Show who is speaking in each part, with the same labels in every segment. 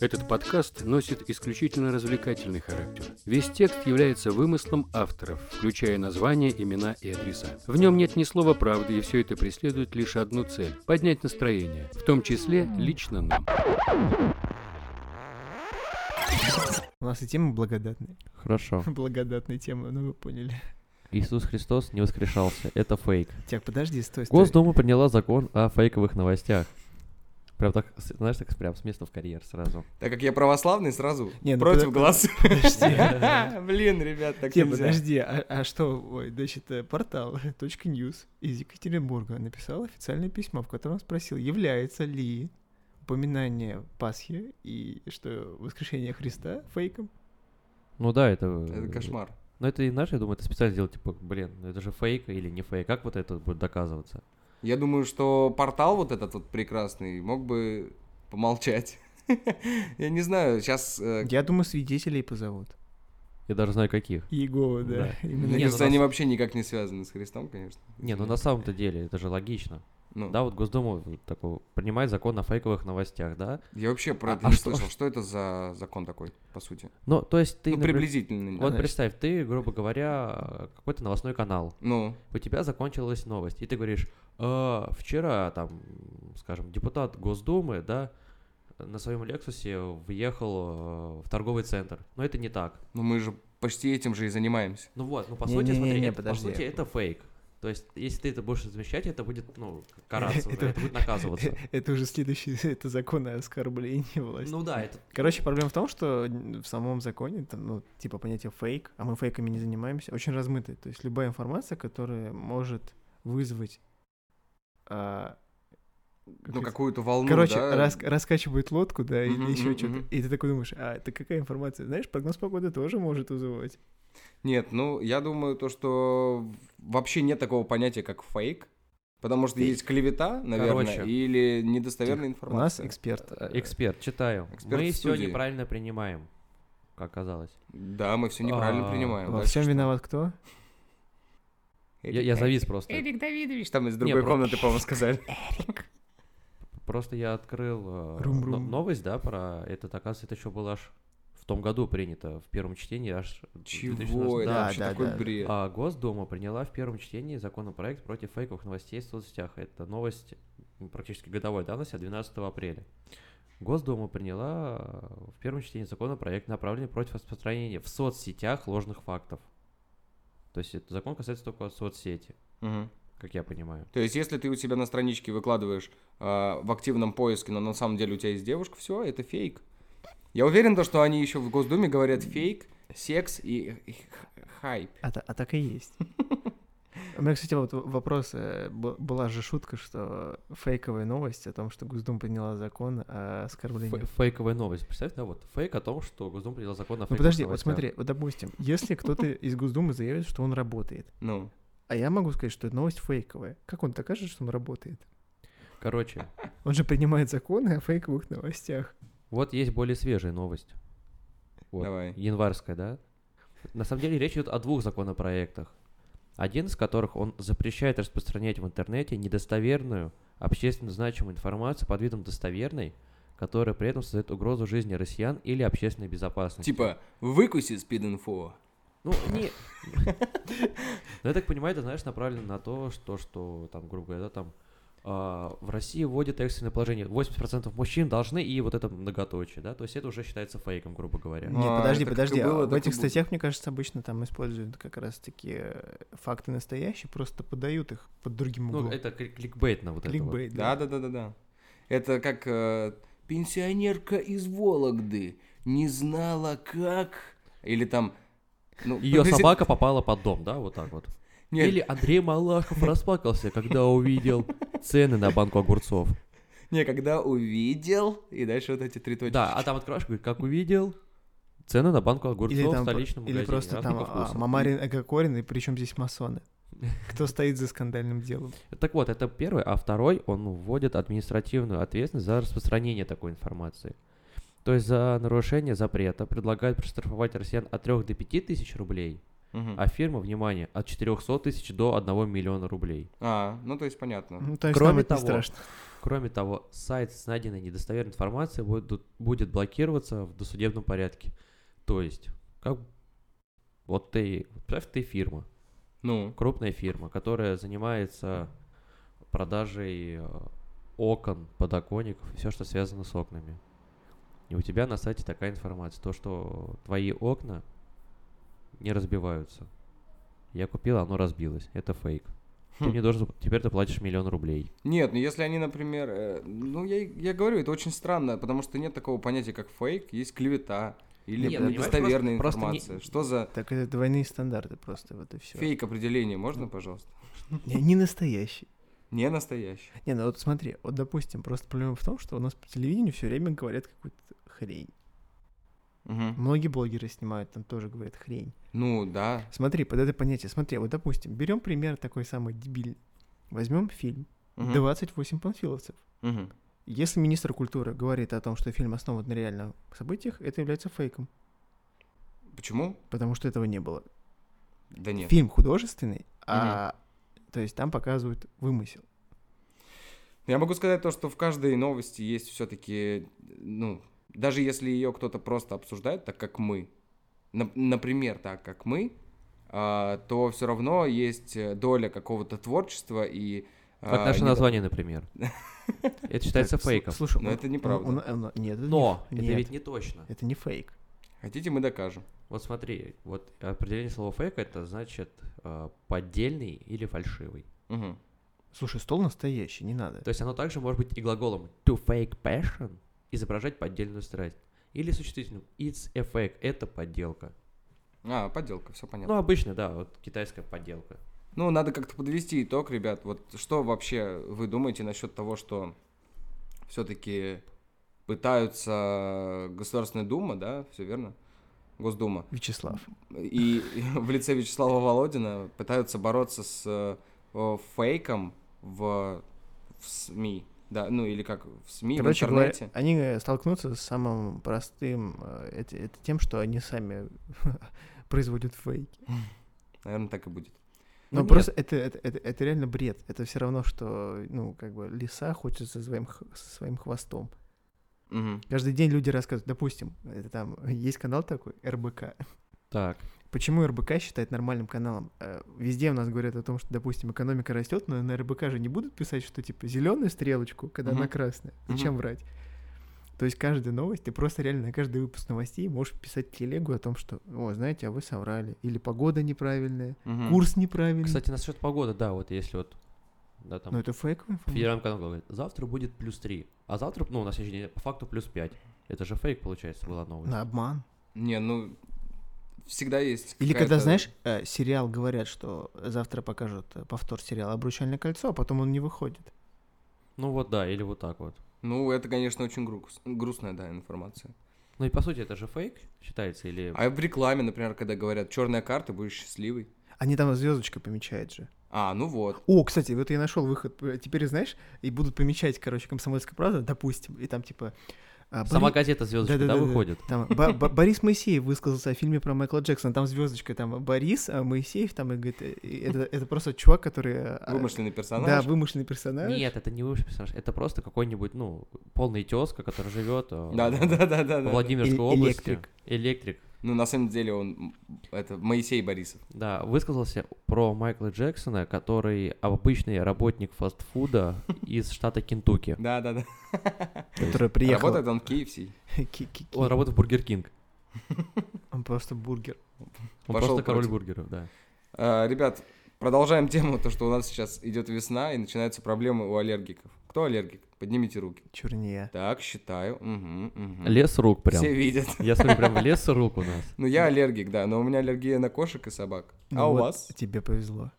Speaker 1: Этот подкаст носит исключительно развлекательный характер. Весь текст является вымыслом авторов, включая названия, имена и адреса. В нем нет ни слова правды, и все это преследует лишь одну цель – поднять настроение, в том числе лично нам.
Speaker 2: У нас и тема благодатная.
Speaker 3: Хм.
Speaker 4: Хорошо.
Speaker 2: Благодатная тема, ну вы поняли.
Speaker 4: Иисус Христос не воскрешался. Это фейк.
Speaker 2: Так, подожди, стой, стой.
Speaker 4: Госдума приняла закон о фейковых новостях. Прям так, с- знаешь, так прям с места в карьер сразу.
Speaker 3: Так как я православный, сразу
Speaker 2: Не, ну
Speaker 3: против
Speaker 2: подо-
Speaker 3: голоса.
Speaker 2: Подожди.
Speaker 3: Блин, ребят, так
Speaker 2: Тем,
Speaker 3: нельзя.
Speaker 2: подожди, а, а что, ой, значит, э, портал .news из Екатеринбурга написал официальное письмо, в котором спросил, является ли упоминание Пасхи и что воскрешение Христа фейком.
Speaker 4: Ну да, это...
Speaker 3: Это кошмар.
Speaker 4: Ну это и знаешь, я думаю, это специально сделать, типа, блин, ну это же фейк или не фейк. Как вот это будет доказываться?
Speaker 3: Я думаю, что портал вот этот вот прекрасный мог бы помолчать. Я не знаю, э, сейчас...
Speaker 2: Я думаю, свидетелей позовут.
Speaker 4: Я даже знаю каких.
Speaker 2: Иегова, да.
Speaker 4: Да.
Speaker 2: именно
Speaker 3: Мне
Speaker 2: так.
Speaker 4: Не, ну
Speaker 3: кажется,
Speaker 4: на
Speaker 3: они
Speaker 4: с-
Speaker 3: вообще никак не связаны с Христом, конечно.
Speaker 4: Не, ну на самом-то деле, это же логично.
Speaker 3: Ну,
Speaker 4: Да, вот Госдума вот такой, принимает закон о фейковых новостях, да?
Speaker 3: Я вообще про
Speaker 4: А-
Speaker 3: это
Speaker 4: а
Speaker 3: не
Speaker 4: что-
Speaker 3: слышал. Что это за закон такой, по сути?
Speaker 4: Ну, то есть ты...
Speaker 3: Ну,
Speaker 4: например,
Speaker 3: приблизительно. не
Speaker 4: Вот
Speaker 3: знаю.
Speaker 4: представь, ты, грубо говоря, э, какой-то новостной канал.
Speaker 3: Ну,
Speaker 4: У тебя закончилась новость, и ты говоришь, «Э, вчера, там, скажем, депутат Госдумы, да, на своем Лексусе въехал э, в торговый центр. Но это не так.
Speaker 3: ну мы же почти этим же и занимаемся.
Speaker 4: Ну вот, ну по
Speaker 2: Не-
Speaker 4: сути,
Speaker 2: не- не-
Speaker 4: смотри,
Speaker 2: не,
Speaker 4: это, по
Speaker 2: подожди.
Speaker 4: сути, это фейк. То есть, если ты это будешь замещать, это будет, ну, караться, за это, будет наказываться.
Speaker 2: Это уже следующий, это закон о оскорблении власти.
Speaker 4: Ну да, это...
Speaker 2: Короче, проблема в том, что н- в самом законе, там, ну, типа понятие фейк, а мы фейками не занимаемся, очень размытое. То есть любая информация, которая может вызвать... а, как
Speaker 3: Ну,
Speaker 2: это-
Speaker 3: какую-то волну,
Speaker 2: Короче,
Speaker 3: да?
Speaker 2: рас- раскачивает лодку, да, или
Speaker 3: Мгм,
Speaker 2: еще
Speaker 3: мгм,
Speaker 2: что-то.
Speaker 3: мгм.
Speaker 2: И ты такой думаешь, а это какая информация? Знаешь, прогноз погоды тоже может вызывать.
Speaker 3: Нет, ну, я думаю, то, что вообще нет такого понятия, как фейк. Потому что есть клевета, наверное,
Speaker 4: Короче.
Speaker 3: или недостоверная информация.
Speaker 2: У нас эксперт.
Speaker 4: э, Эксперт, читаю.
Speaker 3: Эксперт
Speaker 4: Мы
Speaker 3: в
Speaker 4: все
Speaker 3: студии.
Speaker 4: неправильно принимаем, как оказалось.
Speaker 3: Да, мы все неправильно
Speaker 4: А,
Speaker 3: принимаем.
Speaker 2: Во
Speaker 3: Дальше
Speaker 2: всем
Speaker 3: что?
Speaker 2: виноват кто?
Speaker 3: Э,
Speaker 4: Я, я завис просто.
Speaker 3: Видишь, там из
Speaker 4: Не,
Speaker 3: другой
Speaker 4: про-
Speaker 3: комнаты, по-моему, сказали.
Speaker 4: Просто я открыл э,
Speaker 2: Рум-рум.
Speaker 4: но- новость, да, про этот, оказывается, это еще было аж в том году принято, в первом чтении аж... в 2016.
Speaker 3: Чего? Это
Speaker 2: Да,
Speaker 3: вообще
Speaker 2: да,
Speaker 3: такой
Speaker 2: да.
Speaker 3: бред.
Speaker 4: А Госдума приняла в первом чтении законопроект против фейковых новостей в соцсетях. Это новость м, практически годовой давности, от 12 апреля. Госдума приняла э, в первом чтении законопроект, направленный против распространения в соцсетях ложных фактов. То есть этот закон касается только соцсети,
Speaker 3: Мгм.
Speaker 4: как я понимаю.
Speaker 3: То есть, если ты у себя на страничке выкладываешь а, в активном поиске, но на самом деле у тебя есть девушка, все, это фейк. Я уверен, то, что они еще в Госдуме говорят фейк, секс и и х- хайп.
Speaker 2: А, та- а так и есть. У меня, кстати, вот вопрос. э, б- Была же шутка, что фейковая новость о том, что Госдума приняла закон о оскорблении.
Speaker 4: Фе- Фейковая новость. Представь, да, вот фейк о том, что Госдума приняла закон о
Speaker 2: Ну
Speaker 4: фейковых
Speaker 2: подожди, вот
Speaker 4: новостях.
Speaker 2: смотри, вот допустим, если кто-то из Госдумы заявит, что он работает,
Speaker 3: Ну,
Speaker 2: а я могу сказать, что новость фейковая, как он докажет, что он работает?
Speaker 4: Короче,
Speaker 2: Он же принимает законы о фейковых новостях.
Speaker 4: Вот есть более свежая новость. Вот,
Speaker 3: Давай.
Speaker 4: Январская, да? На самом деле речь идет о двух законопроектах. Один из которых он запрещает распространять в интернете недостоверную, общественно значимую информацию под видом достоверной, которая при этом создает угрозу жизни россиян или общественной безопасности.
Speaker 3: типа, выкуси спид-инфо.
Speaker 4: Ну, не... Ну, я так понимаю, это, знаешь, направлено на то, что, что там, грубо говоря, да, там, а, в России вводят экстренное положение. 80% мужчин должны и вот это многоточие, да? То есть это уже считается фейком, грубо говоря.
Speaker 3: Ну,
Speaker 2: Нет,
Speaker 3: а
Speaker 2: подожди,
Speaker 3: это как и
Speaker 2: подожди. а
Speaker 3: было,
Speaker 2: в
Speaker 3: так и
Speaker 2: этих
Speaker 3: будет.
Speaker 2: статьях, мне кажется, обычно там используют как раз-таки э, факты настоящие, просто подают их под другим
Speaker 4: Ну,
Speaker 2: углом.
Speaker 4: это клик- кликбейтно вот это
Speaker 2: Кликбейт, да.
Speaker 3: Да-да-да-да-да. Это как э, пенсионерка из Вологды не знала как... Или там... Ну,
Speaker 4: вот. Ее
Speaker 3: приблизит-
Speaker 4: собака попала под дом, да, вот так вот.
Speaker 3: Нет,
Speaker 4: Или Андрей Малахов расплакался, когда увидел цены на банку огурцов.
Speaker 3: не, когда увидел, и дальше вот эти три точки.
Speaker 4: Да, а там откроешь, говорит, как увидел, цены на банку огурцов
Speaker 2: Или,
Speaker 4: в
Speaker 2: там, про-
Speaker 4: столичном магазине.
Speaker 2: или просто там
Speaker 4: разного
Speaker 2: а,
Speaker 4: вкуса».
Speaker 2: Мамарин Агакорин, и причем здесь масоны. Кто стоит за скандальным делом?
Speaker 4: Так вот, это первый, а второй, он вводит административную ответственность за распространение такой информации. То есть за нарушение запрета предлагают проштрафовать россиян от 3 до 5 тысяч рублей,
Speaker 3: Мгм.
Speaker 4: а фирмы, внимание, от 400 тысяч до 1 миллиона рублей.
Speaker 3: А, ну то есть понятно.
Speaker 2: Ну, то есть
Speaker 4: Кроме
Speaker 2: нам это не
Speaker 4: того,
Speaker 2: страшно.
Speaker 4: Кроме того, сайт с найденной недостоверной информацией будут- будет блокироваться в досудебном порядке. То есть, как вот ты, представь, ты фирма,
Speaker 3: Ну,
Speaker 4: крупная фирма, которая занимается продажей э, окон, подоконников и все, что связано с окнами. И у тебя на сайте такая информация, то, что твои окна не разбиваются. Я купил, а оно разбилось. Это фейк. Ты
Speaker 3: Хм.
Speaker 4: мне должен, теперь ты платишь миллион рублей.
Speaker 3: нет, ну если они, например, э, ну я, и- я говорю, это очень странно, потому что нет такого понятия, как фейк, есть клевета или
Speaker 2: Нет,
Speaker 4: ну, понимаешь,
Speaker 3: недостоверная
Speaker 4: просто- просто не-
Speaker 3: информация. Что за
Speaker 2: Так это двойные стандарты просто, вот и все.
Speaker 3: фейк определение, можно, пожалуйста?
Speaker 2: Не, не настоящий.
Speaker 3: Не настоящий.
Speaker 2: Не, ну вот смотри, вот допустим, просто проблема в том, что у нас по телевидению все время говорят какую-то хрень.
Speaker 3: Мгм.
Speaker 2: Многие блогеры снимают, там тоже говорят хрень.
Speaker 3: Ну да.
Speaker 2: Смотри, под это понятие, смотри, вот допустим, берем пример такой самый дебильный. Возьмем фильм
Speaker 3: Мгм.
Speaker 2: «28 панфиловцев».
Speaker 3: Мгм.
Speaker 2: Если министр культуры говорит о том, что фильм основан на реальных событиях, это является фейком,
Speaker 3: Почему?
Speaker 2: потому что этого не было.
Speaker 3: Да нет.
Speaker 2: Фильм художественный, а то есть там показывают вымысел.
Speaker 3: Я могу сказать то, что в каждой новости есть все-таки, ну, даже если ее кто-то просто обсуждает, так как мы, нап- например, так как мы, а, то все равно есть э, доля какого-то творчества и...
Speaker 4: Как
Speaker 3: а,
Speaker 4: наше
Speaker 3: не-
Speaker 4: название, например. Это считается
Speaker 2: Так, сл-
Speaker 4: фейком.
Speaker 2: Слушай,
Speaker 3: Но
Speaker 2: он-
Speaker 3: это неправда.
Speaker 2: он- он- он- нет, это
Speaker 4: Но
Speaker 2: не,
Speaker 4: это
Speaker 2: ф- нет,
Speaker 4: ведь не точно.
Speaker 2: это не фейк.
Speaker 3: Хотите, мы докажем.
Speaker 4: Вот смотри, вот определение слова фейк это значит э, поддельный или фальшивый.
Speaker 3: Мгм.
Speaker 2: Слушай, стол настоящий, не надо.
Speaker 4: То есть оно также может быть и глаголом to fake passion изображать поддельную страсть. Или существительным it's a fake, это подделка.
Speaker 3: А, подделка, все понятно.
Speaker 4: Ну, обычно, да, вот китайская подделка.
Speaker 3: Ну, надо как-то подвести итог, ребят. Вот что вообще вы думаете насчет того, что все-таки пытаются Государственная Дума, да, все верно? Госдума.
Speaker 2: Вячеслав.
Speaker 3: И в лице Вячеслава Володина пытаются бороться с э, э, фейком в, в СМИ. Да, ну или как в СМИ,
Speaker 2: Короче
Speaker 3: в
Speaker 2: говоря,
Speaker 3: интернете.
Speaker 2: они э, столкнутся с самым простым, э, это, это тем, что они сами производят фейки.
Speaker 3: Наверное, так и будет.
Speaker 2: Ну,
Speaker 4: нет.
Speaker 2: просто это, это, это, это реально бред. Это все равно, что, ну, как бы, лиса хочет со своим, х- со своим хвостом.
Speaker 3: Мгм.
Speaker 2: Каждый день люди рассказывают, допустим, это там э, есть канал такой, РБК.
Speaker 4: Так.
Speaker 2: Почему РБК считает нормальным каналом? Э, Везде у нас говорят о том, что, допустим, экономика растет, но на РБК же не будут писать, что типа зеленую стрелочку, когда она
Speaker 3: Мгм.
Speaker 2: красная. Зачем врать? То есть каждая новость, ты просто реально на каждый выпуск новостей можешь писать телегу о том, что, о, знаете, а вы соврали. Или погода неправильная,
Speaker 3: Мгм.
Speaker 2: курс неправильный.
Speaker 4: Кстати, насчет погоды, да, вот если вот, да, там,
Speaker 2: ну это фейковая информация.
Speaker 4: Федеральный говорит, завтра будет плюс 3, а завтра, ну, на следующий день, по факту, плюс 5. Это же фейк, получается, была новость.
Speaker 2: На обман.
Speaker 3: Не, ну всегда есть.
Speaker 2: Или когда,
Speaker 3: какая-то-
Speaker 2: знаешь, э, сериал говорят, что завтра покажут э, повтор сериала «Обручальное кольцо», а потом он не выходит.
Speaker 4: Ну вот, да, или вот так вот.
Speaker 3: Ну, это, конечно, очень груз- грустная, да, информация.
Speaker 4: Ну и по сути, это же фейк считается, или...
Speaker 3: А в рекламе, например, когда говорят черная карта, будешь счастливый.
Speaker 2: Они там звездочкой помечают же.
Speaker 3: А, ну вот.
Speaker 2: О, кстати, вот я нашел выход. Э, Теперь, знаешь, и будут помечать, короче, «Комсомольская правда», допустим, и там типа... а,
Speaker 4: Сама
Speaker 2: Бори-
Speaker 4: газета звездочка, да,
Speaker 2: Да-да-да-да.
Speaker 4: выходит.
Speaker 2: Там Бо- Бо- Борис Моисеев высказался о фильме про Майкла Джексона. Там звездочка, там Борис а, Моисеев, там и говорит, э, и это, это просто чувак, который... э,
Speaker 3: Вымышленный
Speaker 2: Да,
Speaker 3: персонаж.
Speaker 2: вымышленный персонаж.
Speaker 4: Нет, это не высший персонаж, это просто какой-нибудь, ну, полный тезка, который живет
Speaker 3: Да, да, да, да, да.
Speaker 4: в
Speaker 3: да.
Speaker 4: Владимирской
Speaker 2: Эль-
Speaker 4: области.
Speaker 2: электрик.
Speaker 4: Электрик.
Speaker 3: Ну, на самом деле он м, это Моисей Борисов.
Speaker 4: Да, высказался про Майкла Джексона, который обычный работник фастфуда из штата Кентукки.
Speaker 3: Да, да, да.
Speaker 2: Который приехал...
Speaker 3: Работает он в KFC.
Speaker 2: Ки-ки-ки.
Speaker 4: Он работал в Бургер Кинг.
Speaker 2: Он просто бургер.
Speaker 4: Он
Speaker 3: Пошёл
Speaker 4: просто король
Speaker 3: против.
Speaker 4: бургеров, да.
Speaker 3: А, Ребят, продолжаем тему, то, что у нас сейчас идет весна и начинаются проблемы у аллергиков. Кто аллергик? Поднимите руки.
Speaker 2: Черния.
Speaker 3: Так, считаю. Мгм, мгм.
Speaker 4: Лес рук прям.
Speaker 3: Все видят.
Speaker 4: Я смотрю, прям лес рук у нас.
Speaker 3: Ну, я аллергик, да, но у меня аллергия на кошек и собак. А
Speaker 2: Ну
Speaker 3: у
Speaker 2: вот
Speaker 3: вас?
Speaker 2: Тебе повезло.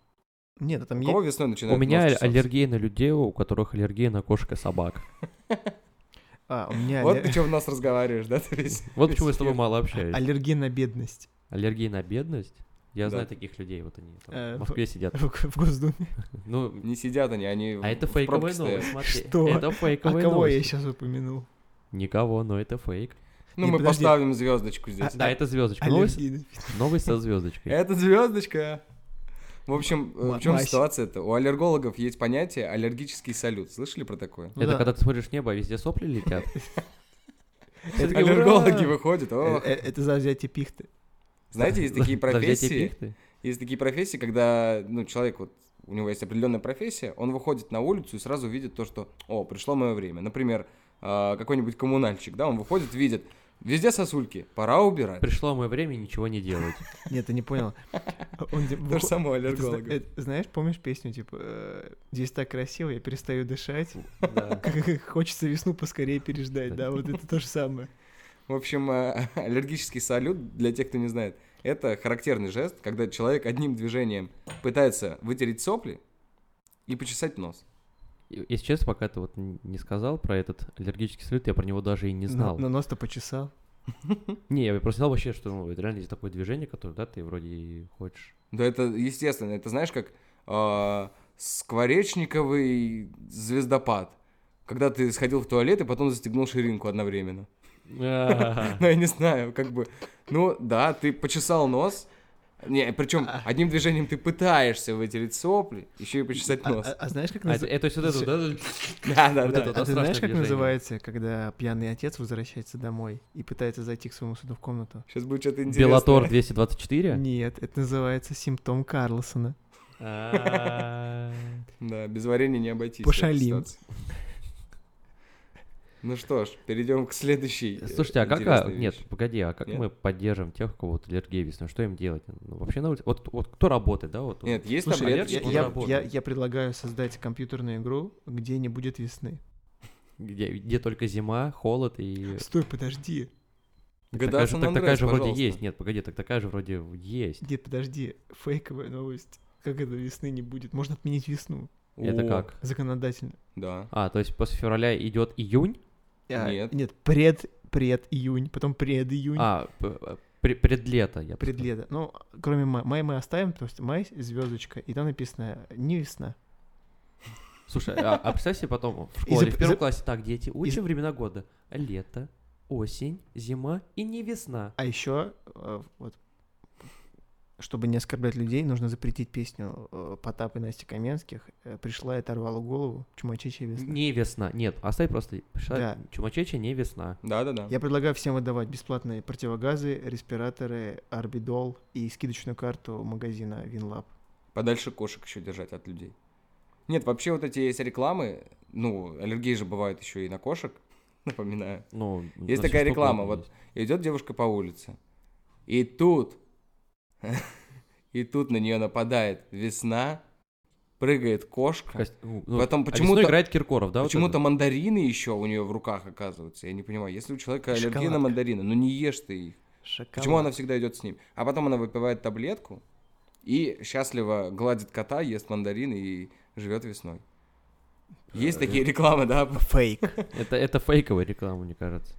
Speaker 2: Нет, а там
Speaker 3: У
Speaker 2: е-
Speaker 3: кого весной
Speaker 4: У
Speaker 3: начинается?
Speaker 4: меня аллергия на людей, у которых аллергия на кошек и собак.
Speaker 2: А, у меня
Speaker 3: Вот
Speaker 2: аллер-
Speaker 3: ты что в нас разговариваешь, да, ты весь-
Speaker 4: Вот почему я с
Speaker 3: весь
Speaker 4: тобой мало общаюсь.
Speaker 2: аллергия на бедность
Speaker 4: Аллергия на бедность? Я
Speaker 3: Да.
Speaker 4: знаю таких людей, вот они там
Speaker 2: Э,
Speaker 4: в Москве сидят.
Speaker 2: в, г- в Госдуме.
Speaker 4: Ну,
Speaker 3: Не сидят они, они
Speaker 4: а это
Speaker 3: в пробке
Speaker 4: фейковая
Speaker 3: стоят.
Speaker 4: новость, смотри.
Speaker 2: Что?
Speaker 4: Это
Speaker 2: А
Speaker 4: фейковая
Speaker 2: кого я
Speaker 4: новость.
Speaker 2: сейчас упомянул?
Speaker 4: Никого, но это фейк.
Speaker 3: Ну,
Speaker 2: Не,
Speaker 3: мы
Speaker 2: подожди. А,
Speaker 3: поставим звездочку здесь.
Speaker 4: Да, это звездочка. Новость
Speaker 2: Аллергия.
Speaker 4: новость со звездочкой.
Speaker 3: Это звездочка. В общем, э, в
Speaker 2: Мать.
Speaker 3: чем ситуация-то? У аллергологов есть понятие аллергический салют. Слышали про такое?
Speaker 2: Ну
Speaker 4: Это
Speaker 2: да.
Speaker 4: когда ты смотришь в небо, а везде сопли летят.
Speaker 2: Это такие,
Speaker 3: Аллергологи
Speaker 2: «Ура!»
Speaker 3: выходят.
Speaker 2: Э,
Speaker 3: ох.
Speaker 2: э, Это за взятие пихты.
Speaker 3: Знаете, есть такие
Speaker 4: За взятие
Speaker 3: профессии.
Speaker 4: пихты.
Speaker 3: Есть такие профессии, когда ну, человек, вот у него есть определенная профессия, он выходит на улицу и сразу видит то, что о, пришло мое время. Например, а, какой-нибудь коммунальщик, да, он выходит, видит, везде сосульки, пора убирать.
Speaker 4: Пришло мое время ничего не делать.
Speaker 2: Нет, ты не понял. Он де-
Speaker 3: То же
Speaker 2: выход-
Speaker 3: самое у
Speaker 2: Это зна-
Speaker 3: аллерголога.
Speaker 2: это, Знаешь, помнишь песню, типа, э, здесь так красиво, я перестаю дышать,
Speaker 4: Да.
Speaker 2: как хочется весну поскорее переждать, да, вот это то же самое.
Speaker 3: В общем, э, аллергический салют, для тех, кто не знает, это характерный жест, когда человек одним движением пытается вытереть сопли и почесать нос.
Speaker 4: И- Если честно, пока ты вот н- не сказал про этот аллергический салют, я про него даже и не
Speaker 2: Но-
Speaker 4: знал.
Speaker 2: Но нос-то почесал.
Speaker 4: Не, я просто знал вообще, что ну, вот реально есть такое движение, которое, да, ты вроде и хочешь.
Speaker 3: Да это естественно, это знаешь как э, скворечниковый звездопад, когда ты сходил в туалет и потом застегнул ширинку одновременно. Ну,
Speaker 4: Да,
Speaker 3: я не знаю, как бы, ну да, ты почесал нос, не, причем одним движением ты пытаешься вытереть сопли, еще и почесать
Speaker 2: А,
Speaker 3: нос.
Speaker 2: а- а знаешь, как
Speaker 4: А это,
Speaker 2: называется?
Speaker 4: это всё вот это, вот, да?
Speaker 3: Да, да,
Speaker 4: вот это
Speaker 3: да.
Speaker 4: вот, да,
Speaker 2: ты
Speaker 4: страшное
Speaker 2: знаешь, как
Speaker 4: движение.
Speaker 2: называется, когда пьяный отец возвращается домой и пытается зайти к своему сыну в комнату?
Speaker 3: Сейчас будет что-то интересное.
Speaker 4: Белатор 224?
Speaker 2: Нет, это называется симптом Карлсона.
Speaker 4: А.
Speaker 3: Да, без варенья не обойтись. в этой
Speaker 2: Пошалим.
Speaker 3: ситуации. Ну что ж, перейдем к следующей. э,
Speaker 4: Слушайте, а как... а,
Speaker 3: интересной
Speaker 4: Нет,
Speaker 3: вещи.
Speaker 4: погоди, а как
Speaker 3: Нет?
Speaker 4: мы поддержим тех, у кого вот аллергия весной? Что им делать? Ну, Вообще на улице... Вот, вот кто работает, да? Вот,
Speaker 3: Нет, есть
Speaker 2: Слушай, я,
Speaker 4: Олег,
Speaker 3: таблетки?
Speaker 2: я-
Speaker 4: он
Speaker 2: я-
Speaker 4: работает.
Speaker 2: я- я предлагаю создать компьютерную игру, где не будет весны.
Speaker 4: Где, где только зима, холод и...
Speaker 2: Стой, подожди.
Speaker 3: GTA
Speaker 4: такая же,
Speaker 3: San
Speaker 4: так- такая
Speaker 3: Andreas,
Speaker 4: же вроде
Speaker 3: пожалуйста.
Speaker 4: есть. Нет, погоди, так такая же вроде есть.
Speaker 2: Дед, подожди, фейковая новость. Как это весны не будет? Можно отменить весну
Speaker 4: Это
Speaker 3: О,
Speaker 4: как?
Speaker 2: законодательно.
Speaker 3: Да.
Speaker 4: А, то есть после февраля идет июнь?
Speaker 2: А,
Speaker 3: Нет.
Speaker 2: Нет, пред, пред июнь, потом пред июнь,
Speaker 4: А, п- э, пре- предлето. Я бы
Speaker 2: пред
Speaker 4: сказал.
Speaker 2: лето. Ну, кроме мая. Май мы оставим, потому что май звездочка, и там написано не весна.
Speaker 4: Слушай, а, а представь себе потом в
Speaker 2: И
Speaker 4: школе,
Speaker 2: зап-
Speaker 4: в первом
Speaker 2: зап-
Speaker 4: классе, так, дети, учим времена года. Лето, осень, зима и не весна.
Speaker 2: А еще, вот, чтобы не оскорблять людей, нужно запретить песню э, Потап и Насти Каменских э, «Пришла и оторвала голову, чумачечья весна».
Speaker 4: Не весна. Нет, оставь просто. пришла
Speaker 2: Да.
Speaker 4: Чумачечи не весна.
Speaker 3: Да-да-да.
Speaker 2: Я предлагаю всем выдавать бесплатные противогазы, респираторы, орбидол и скидочную карту магазина Винлаб.
Speaker 3: Подальше кошек еще держать от людей. Нет, вообще вот эти есть рекламы, ну, аллергии же бывают еще и на кошек, напоминаю.
Speaker 4: Ну, на
Speaker 3: Есть
Speaker 4: всё,
Speaker 3: такая
Speaker 4: что
Speaker 3: реклама,
Speaker 4: угодно
Speaker 3: вот
Speaker 4: есть.
Speaker 3: идет девушка по улице, и тут, и тут на нее нападает весна, прыгает кошка,
Speaker 4: Кость- ну, ну,
Speaker 3: Потом
Speaker 4: а
Speaker 3: почему-то-
Speaker 4: весной играет Киркоров, да? вот
Speaker 3: Почему-то
Speaker 4: это?
Speaker 3: мандарины еще у нее в руках оказываются. Я не понимаю. Если у человека аллергия на
Speaker 2: Шоколадка.
Speaker 3: мандарины, ну не ешь ты их.
Speaker 2: Шоколад.
Speaker 3: Почему она всегда идет с ним? А потом она выпивает таблетку и счастливо гладит кота, ест мандарины и живет весной.
Speaker 4: Э,
Speaker 3: Есть такие рекламы, да?
Speaker 2: Фейк.
Speaker 4: это, это фейковая реклама, мне кажется.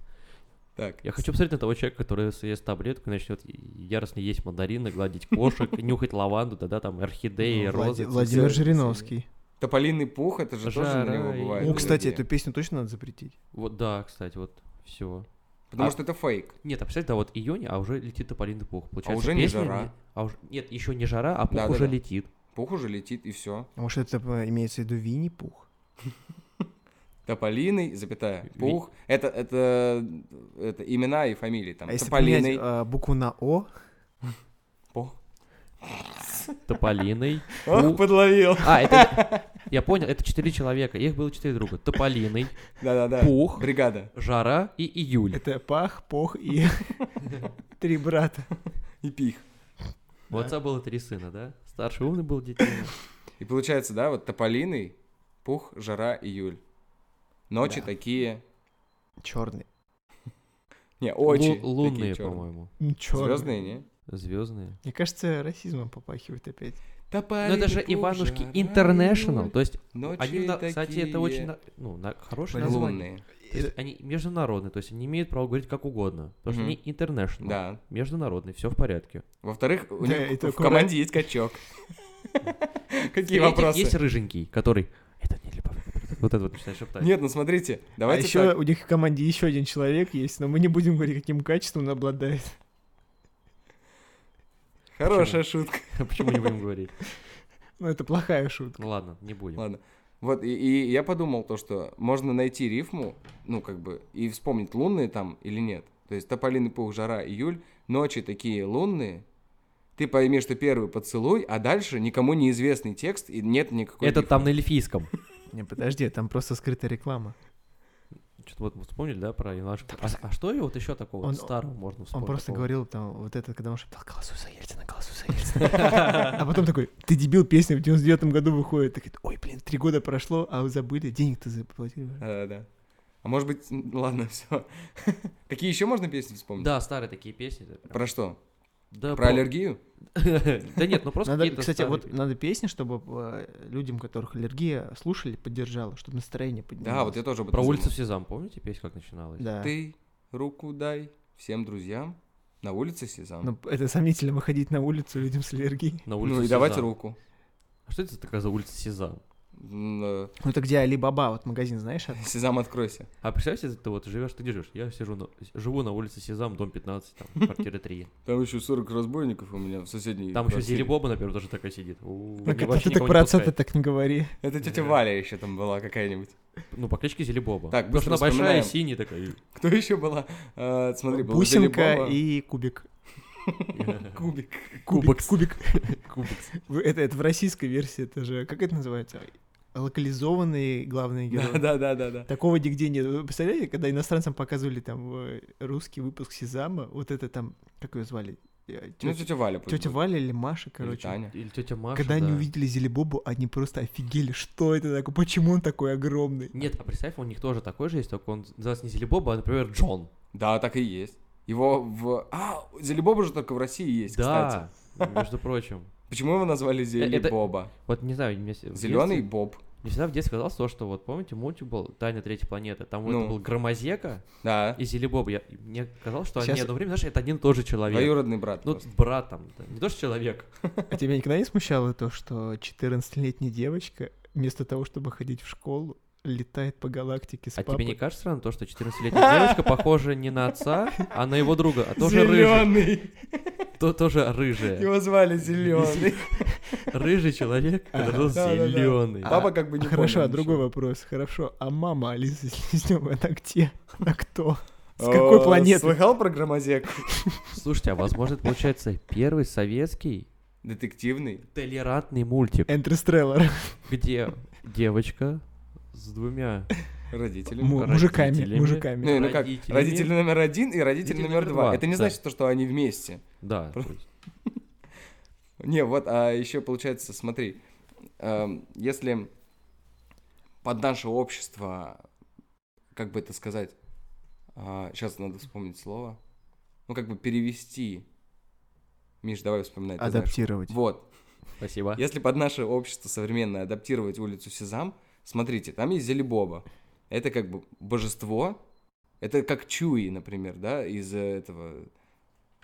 Speaker 3: Так.
Speaker 4: Я хочу посмотреть на того человека, который съест таблетку и начнет яростно есть мандарины, гладить кошек, нюхать лаванду, тогда там орхидеи,
Speaker 2: Ну, Влади-
Speaker 4: розы.
Speaker 2: Владимир
Speaker 3: всё-
Speaker 2: Жириновский.
Speaker 3: Тополиный пух, это же тоже на
Speaker 4: Жара
Speaker 3: него
Speaker 4: и-
Speaker 3: бывает.
Speaker 2: Ну, кстати, эту
Speaker 3: аллергия.
Speaker 2: песню точно надо запретить.
Speaker 4: Вот, да, кстати, вот все.
Speaker 3: Потому
Speaker 4: а-
Speaker 3: что это фейк.
Speaker 4: Нет, а представь, да, вот июнь, а уже летит тополиный пух. Получается,
Speaker 3: уже не
Speaker 4: песня
Speaker 3: жара.
Speaker 4: а уж- Нет, еще не жара, а пух
Speaker 3: Да-да-да.
Speaker 4: уже летит.
Speaker 3: Пух уже летит, и все.
Speaker 2: А Может, это э, имеется в виду Винни-Пух?
Speaker 3: Тополиный, запятая,
Speaker 4: Ви-
Speaker 3: пух. Это, это, это имена и фамилии. Там,
Speaker 2: А если
Speaker 3: тополиный,
Speaker 2: поменять а э, букву на О,
Speaker 3: пух.
Speaker 4: Тополиный.
Speaker 3: Ох, подловил.
Speaker 4: А, это... Я понял, это четыре человека. Их было четыре друга. Тополиный,
Speaker 3: Да-да-да.
Speaker 4: пух,
Speaker 3: Бригада.
Speaker 4: жара и июль.
Speaker 2: это Пах, Пох и Три брата.
Speaker 3: И пих.
Speaker 4: У отца было три сына, да? Старший умный был детей.
Speaker 3: И получается, да, вот тополиный, пух, жара, июль. Ночи
Speaker 2: Да.
Speaker 3: такие...
Speaker 2: Черный.
Speaker 3: Не,
Speaker 4: Лу-
Speaker 3: очи
Speaker 4: лунные,
Speaker 3: такие чёрные.
Speaker 4: по-моему.
Speaker 3: Звездные, не?
Speaker 4: Звездные.
Speaker 2: Мне кажется, расизмом попахивает опять. А
Speaker 4: Но Ну, это же Иванушки International. То есть они, на- кстати, это очень на- ну, на- хорошее название.
Speaker 3: Лунные,
Speaker 4: То есть они международные, то есть они имеют право говорить как угодно. Потому что
Speaker 3: Мгм.
Speaker 4: они international.
Speaker 3: да.
Speaker 4: Международные, все в порядке.
Speaker 3: Во-вторых, у
Speaker 2: Да,
Speaker 3: них
Speaker 2: и
Speaker 3: в
Speaker 2: такой
Speaker 3: команде есть качок.
Speaker 4: И
Speaker 3: Какие
Speaker 4: Есть
Speaker 3: вопросы?
Speaker 4: рыженький, который... Это не для папы». Вот это вот начинает шептать.
Speaker 3: Нет, ну смотрите,
Speaker 2: а
Speaker 3: давайте
Speaker 2: еще
Speaker 3: так.
Speaker 2: у них в команде еще один человек есть, но мы не будем говорить, каким качеством он обладает.
Speaker 3: Хорошая шутка.
Speaker 4: Почему не будем говорить?
Speaker 2: Ну, это плохая шутка.
Speaker 4: Ну ладно, не будем.
Speaker 3: Ладно. Вот, и, и я подумал то, что можно найти рифму, ну, как бы, и вспомнить, лунные там или нет. То есть тополиный пух, жара, июль, ночи такие лунные. Ты пойми, что первый поцелуй, а дальше никому неизвестный текст, и нет никакой
Speaker 4: Это
Speaker 3: рифмы.
Speaker 4: там на эльфийском.
Speaker 2: Не, подожди, там просто скрытая реклама.
Speaker 4: Что-то вот мы вспомнили, да, про Иван Шип- А, а что его вот еще такого
Speaker 2: Он-
Speaker 4: старого можно
Speaker 2: Он
Speaker 4: вспомнить?
Speaker 2: просто
Speaker 4: такого?
Speaker 2: говорил там вот это, когда он шептал «Голосуй за Ельцина, голосуй за Ельцина». А потом такой «Ты дебил, песня в 99-м году выходит». Так говорит, ой, блин, три года прошло, а вы забыли, денег-то заплатили.
Speaker 3: Да-да-да. А может быть, м, ладно, все. Какие еще можно песни вспомнить?
Speaker 4: Да, старые такие песни. да, прям.
Speaker 3: Про что?
Speaker 4: Да,
Speaker 3: Про
Speaker 4: про-
Speaker 3: аллергию?
Speaker 4: Да нет, ну просто
Speaker 2: Надо,
Speaker 4: какие-то
Speaker 2: кстати,
Speaker 4: старые
Speaker 2: вот
Speaker 4: песни.
Speaker 2: надо песни, чтобы э, людям, у которых аллергия, слушали, поддержала, чтобы настроение поднялось.
Speaker 3: Да, вот я тоже об
Speaker 4: Про
Speaker 3: этом
Speaker 4: улицу Сезам, помните песню, как начиналась?
Speaker 2: Да.
Speaker 3: Ты руку дай всем друзьям на улице Сезам.
Speaker 2: Ну, это сомнительно выходить на улицу людям с аллергией.
Speaker 4: На улице
Speaker 3: ну и давать
Speaker 4: Сезам.
Speaker 3: руку.
Speaker 4: А что это такая за улица Сезам?
Speaker 3: М, э,
Speaker 2: Ну, это где Али Баба, вот магазин, знаешь? от-
Speaker 3: Сезам, откройся.
Speaker 4: А представь, если ты вот живешь, ты где живешь? Я сижу на, живу на улице Сезам, дом 15, там, квартира 3.
Speaker 3: Там еще 40 разбойников у меня в соседней
Speaker 4: Там еще
Speaker 3: квартире.
Speaker 4: Зелебоба на первом этаже такая сидит. У,
Speaker 2: Ну,
Speaker 4: не-
Speaker 2: как-
Speaker 4: вообще
Speaker 2: ты так
Speaker 4: никого не
Speaker 2: про отца-то
Speaker 4: пускает.
Speaker 2: так не говори.
Speaker 3: Это тетя Валя еще там была какая-нибудь.
Speaker 4: Ну, по кличке Зелебоба.
Speaker 3: Так,
Speaker 4: Потому что
Speaker 3: быстро
Speaker 4: она большая,
Speaker 3: вспоминаем.
Speaker 4: синяя такая. и-
Speaker 3: Кто еще была? Э, смотри, была
Speaker 2: Бусинка
Speaker 3: Залибова.
Speaker 2: и кубик.
Speaker 3: Кубик.
Speaker 2: Кубик. Кубик.
Speaker 4: Кубик.
Speaker 2: Вы- Это, это в российской версии, это же, как это называется? Локализованные главные герои.
Speaker 3: Да, да, да, да, да.
Speaker 2: Такого нигде нет. Вы представляете, когда иностранцам показывали там э, русский выпуск Сезама, вот это там, как ее звали?
Speaker 3: Ну, тетя Валя. пусть
Speaker 2: Тетя
Speaker 3: будет.
Speaker 2: Валя или Маша,
Speaker 3: Или
Speaker 2: короче.
Speaker 3: Таня.
Speaker 4: Или тетя Маша,
Speaker 2: Когда они
Speaker 4: да.
Speaker 2: увидели Зелебобу, они просто офигели, что это такое, почему он такой огромный.
Speaker 4: Нет, а представь, у них тоже такой же есть, только он называется не Зелебоба, а, например, Джон.
Speaker 3: Да, так и есть. Его в... А, Зелебоба же только в России есть, кстати.
Speaker 4: Да, между прочим.
Speaker 3: Почему его
Speaker 2: Э,
Speaker 3: назвали Зелебоба?
Speaker 4: Вот не знаю, мне с- в
Speaker 3: Зеленый
Speaker 4: детстве-
Speaker 3: Боб.
Speaker 4: Мне всегда в детстве казалось то, что вот помните мультик был «Тайна третьей планеты», там
Speaker 3: Ну.
Speaker 4: это был Громозека
Speaker 3: Да.
Speaker 4: и Зелебоба. Я, мне казалось, что
Speaker 2: Сейчас-
Speaker 4: они одно время, знаешь, это один и тот же человек.
Speaker 3: Двоюродный брат.
Speaker 4: Ну,
Speaker 3: просто.
Speaker 4: брат там, да, не то что человек.
Speaker 2: А тебя никогда не смущало то, что 14-летняя девочка вместо того, чтобы ходить в школу, летает по галактике с
Speaker 4: А тебе
Speaker 2: папой?
Speaker 4: не кажется странно то, что 14-летняя девочка похожа не на отца, а на его друга, а тоже рыжий,
Speaker 3: Зеленый.
Speaker 4: то- тоже рыжая.
Speaker 3: Его звали Зеленый.
Speaker 4: Рыжий человек,
Speaker 2: А,
Speaker 4: который
Speaker 3: да-да-да.
Speaker 4: зеленый.
Speaker 2: А,
Speaker 3: Папа как бы не
Speaker 2: А Хорошо,
Speaker 3: понял
Speaker 2: а другой
Speaker 3: ничего.
Speaker 2: вопрос. Хорошо, а мама Алисы Селезнёвой, она где? Она кто? С какой
Speaker 3: О,
Speaker 2: планеты?
Speaker 3: Слыхал про громозек?
Speaker 4: Слушайте, а возможно, это получается первый советский
Speaker 3: Детективный.
Speaker 4: толерантный мультик,
Speaker 2: Энтерстреллар.
Speaker 4: где девочка с двумя
Speaker 3: Родителями.
Speaker 2: Му- Мужиками,
Speaker 4: Родителями.
Speaker 3: Ну,
Speaker 2: мужиками.
Speaker 3: и ну как,
Speaker 4: родителями.
Speaker 3: родитель номер один и родитель
Speaker 4: Родитель
Speaker 3: номер
Speaker 4: номер
Speaker 3: два.
Speaker 4: два,
Speaker 3: Это не
Speaker 4: да.
Speaker 3: значит, то, что они вместе.
Speaker 4: Да.
Speaker 3: Про-
Speaker 4: то есть
Speaker 3: Не, вот, а еще получается, смотри, эм, если под наше общество, как бы это сказать, сейчас надо вспомнить слово, ну как бы перевести. Миш, давай вспоминай. ты знаешь.
Speaker 2: Адаптировать.
Speaker 3: Вот,
Speaker 4: Спасибо.
Speaker 3: Если под наше общество современное адаптировать улицу Сезам, смотрите, там есть Зелебоба. Это как бы божество. Это как Чуи, например, да, из э, этого,